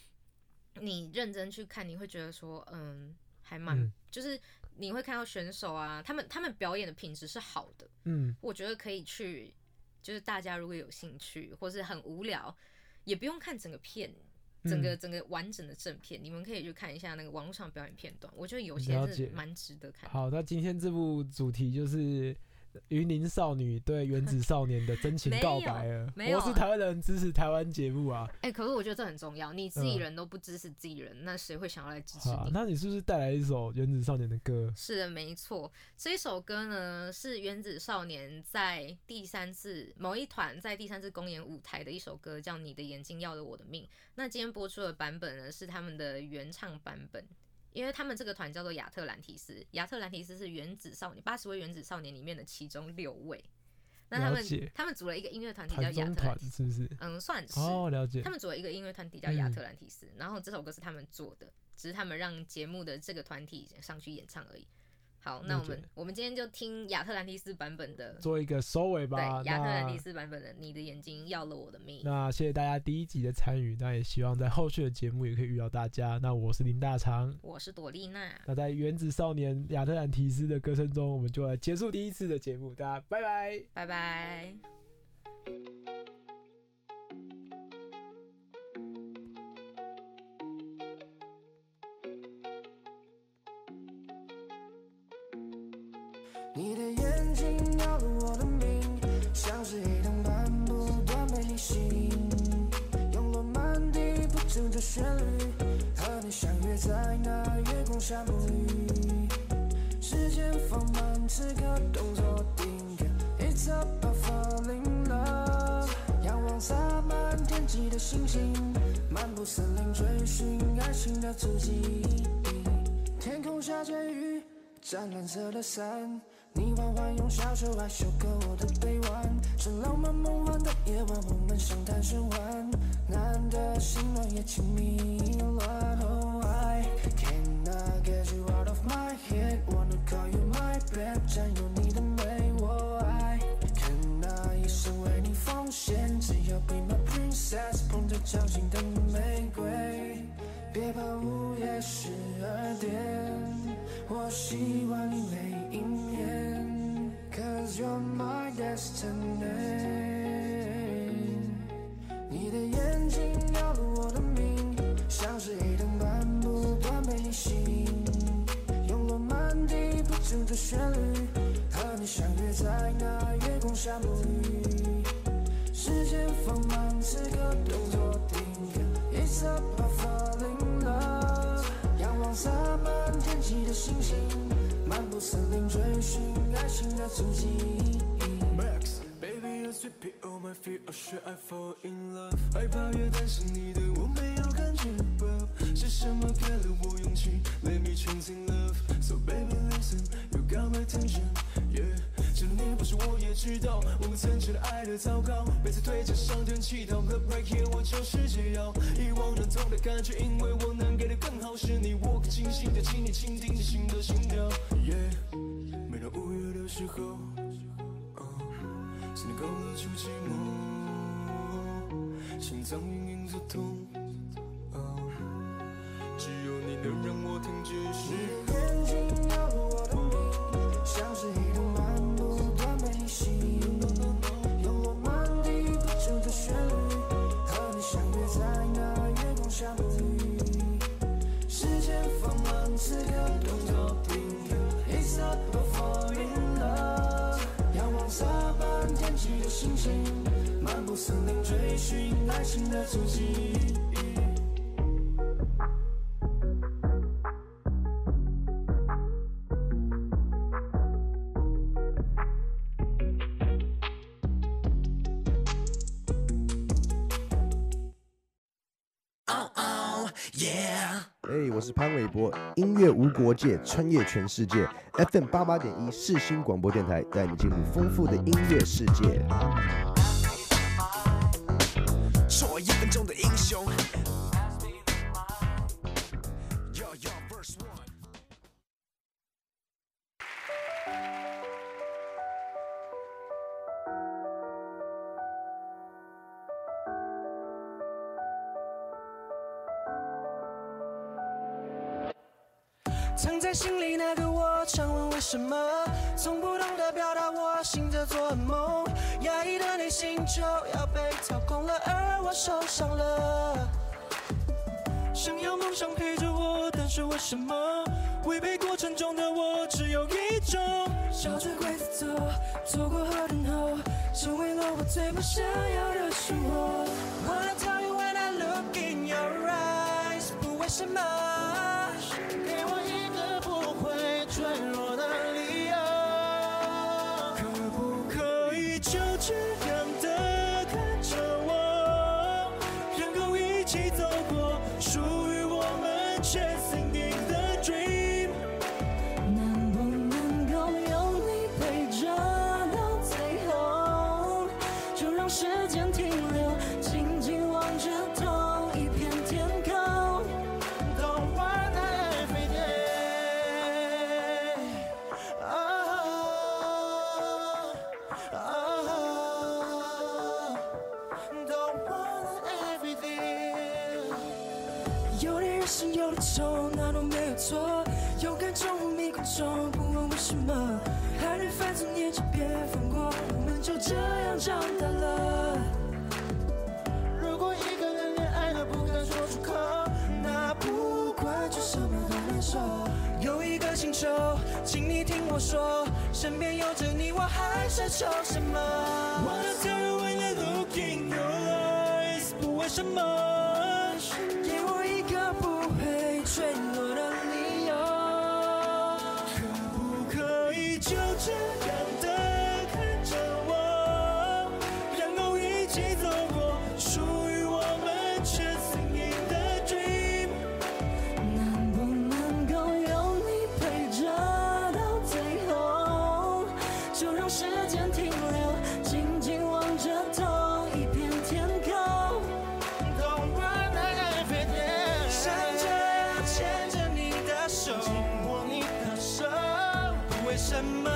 Speaker 3: 你认真去看，你会觉得说，嗯，还蛮、
Speaker 2: 嗯
Speaker 3: 就是你会看到选手啊，他们他们表演的品质是好的，
Speaker 2: 嗯，
Speaker 3: 我觉得可以去，就是大家如果有兴趣或是很无聊，也不用看整个片，整
Speaker 2: 嗯
Speaker 3: 个、整个完整的正片，你们可以去看一下那个网络上表演片段，我觉得有些
Speaker 2: 了
Speaker 3: 是
Speaker 2: 解
Speaker 3: 蛮值得看的。
Speaker 2: 好，那今天这部主题就是云林少女对原子少年的真情告白了。
Speaker 3: 没有没有
Speaker 2: 我是台湾人，支持台湾节目啊。
Speaker 3: 哎、可是我觉得这很重要，你自己
Speaker 2: 嗯
Speaker 3: 人都不支持自己人，那谁会想要来支持
Speaker 2: 好啊
Speaker 3: 你，？
Speaker 2: 那你是不是带来一首原子少年的歌？
Speaker 3: 是的，没错。这首歌呢是原子少年在第三次某一团在第三次公演舞台的一首歌，叫《你的眼睛要了我的命》。那今天播出的版本呢是他们的原唱版本，因为他们这个团叫做亚特兰提斯，亚特兰提斯是原子少年八十位原子少年里面的其中六位。那他
Speaker 2: 了
Speaker 3: 们
Speaker 2: 解
Speaker 3: 他们组了一个音乐团体叫
Speaker 2: 团
Speaker 3: 亚
Speaker 2: 中
Speaker 3: 特兰
Speaker 2: 团
Speaker 3: 提斯，
Speaker 2: 是不是？
Speaker 3: 嗯，算是。
Speaker 2: 哦，了解
Speaker 3: 他。们组了一个音乐团体叫亚
Speaker 2: 嗯
Speaker 3: 特兰蒂斯，然后这首歌是他们做的，只是他们让节目的这个团体上去演唱而已。好，那
Speaker 2: 了
Speaker 3: 我们
Speaker 2: 解
Speaker 3: 我们今天就听亚特兰蒂斯版本的，
Speaker 2: 做一个收尾
Speaker 3: 对
Speaker 2: 吧。
Speaker 3: 亚特兰
Speaker 2: 那
Speaker 3: 蒂斯版本的《你的眼睛要了我的命》，
Speaker 2: 那谢谢大家第一集的参与，那也希望在后续的节目也可以遇到大家。那我是林大长。
Speaker 3: 我是朵丽娜，
Speaker 2: 那在原子少年亚特兰提斯的歌声中，我们就来结束第一次的节目，大家拜拜。
Speaker 3: 拜拜。
Speaker 8: 你的眼睛要了我的命，像是一趟漫步断背行，涌落满地不停的旋律，和你相约在那月光下沐浴。时间放慢，此刻动作定格，It's about falling in love。仰望洒满天际的星星，漫步森林追寻爱情的足迹。天空下着雨，湛蓝色的伞，你缓缓用小手爱修割我的臂弯。是浪漫梦幻的夜晚，我们相谈甚欢，难得心乱也情迷意乱。Oh, I cannot get you out of my head, wanna call you my babe，占有你的美。我爱，看那一生为你奉献，只要 be my princess，捧着掌心的玫瑰。别怕午夜十二点，我希望你泪迎面，Cause you're my destiny。你的眼睛要了我的命，像是一趟漫步断背行，涌落满地不停的旋律，和你相约在那月光下沐浴。时间放慢，此刻动作定格，It's about falling in love。仰望洒满天际的星星，漫步森林追寻爱情的足迹。Max, baby, you're sweet, p all my fear, oh shit, I fall in love。害怕越担心你的我没有感觉，but 是什么给了我勇气？Let me change in love。So baby, listen, you got my attention, yeah。知道你不是我也知道，我们曾经的爱的糟糕，每次对着上天祈祷和 break here，我就是解药，一往难通的感觉，因为我能给的更好，是你我可清醒的，请你倾听着心的心跳。Yeah，每当五月的时候，哦，是你勾勒出寂寞，心脏隐隐作痛。哦，只有你能让我停止时刻。眼睛要我的命，像是一段漫步断背行，用我满地不停的旋律，和你相约在那月光下沐浴。时间放慢，此刻动作定格，It's about falling in love。仰望洒满天际的星星，漫步森林追寻爱情的足迹。Oh,
Speaker 9: 哎，我是潘玮柏，音乐无国界，穿越全世界，FM 八八点一世新广播电台，带你进入丰富的音乐世界。
Speaker 8: 是我一分钟的英雄。Yo, yo, verse one. 藏在心里那个我，常问为什么，从不懂得表达我，醒着做梦，压抑的内心就要被掏空了，而我受伤了。想要梦想陪着我，但是为什么违背过程中的我只有一种？照着规则走，走过和等候，成为了我最不想要的生活。Wanna tell you when I look in your eyes，不为什么，给我一个不会脆弱的理由。可不可以就这样的看着我，能够一起走过属于我们 chasing the dream？能不能够有你陪着到最后？就让时间停留，静静望着同一片天空。Don't want every day. 啊啊！Don't want everything. 有的人生有的痛，那都没有错。有感中无迷苦衷，不问为什么。还能犯错，年纪别放过，我们就这样长大了。如果一个人恋爱了不敢说出口，那不管去什么都难受。有一个请求，请你听我说，身边有着你，我还奢求什么？Wanna tell you when I look in your eyes，不为什么，给我一个不会坠落的理由。可不可以就这样的看着我，然后一起走过属于我们 chasing in the dream？能不能够有你陪着到最后，就让时间停留，静静望着同一片天空。Don't run everything，想这样牵着你的手，紧握你的手，不为什么，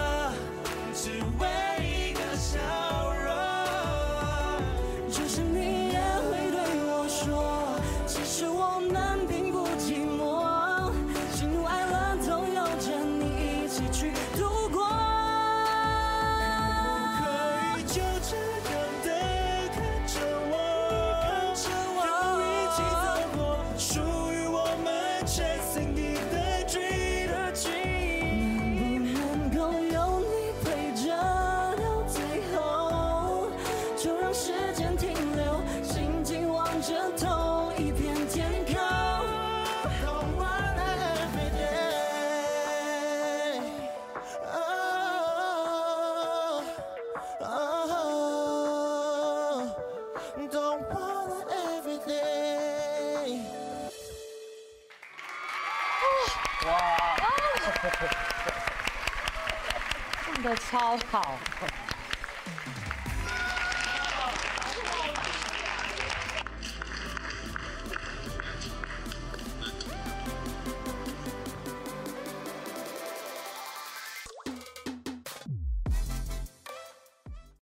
Speaker 8: 只为一个笑容。就像你也会对我说，其实我们并不寂寞，喜怒哀乐都有着你一起去度过。可以就这样的看着我，让我一起走过属于我们 chasing the dream。能不能够有你陪着到最后，就让时间停留，静静望着同一片天空。Don't wanna every day. Oh, oh, Uh-huh. don't wanna every day.
Speaker 10: 唱的超好，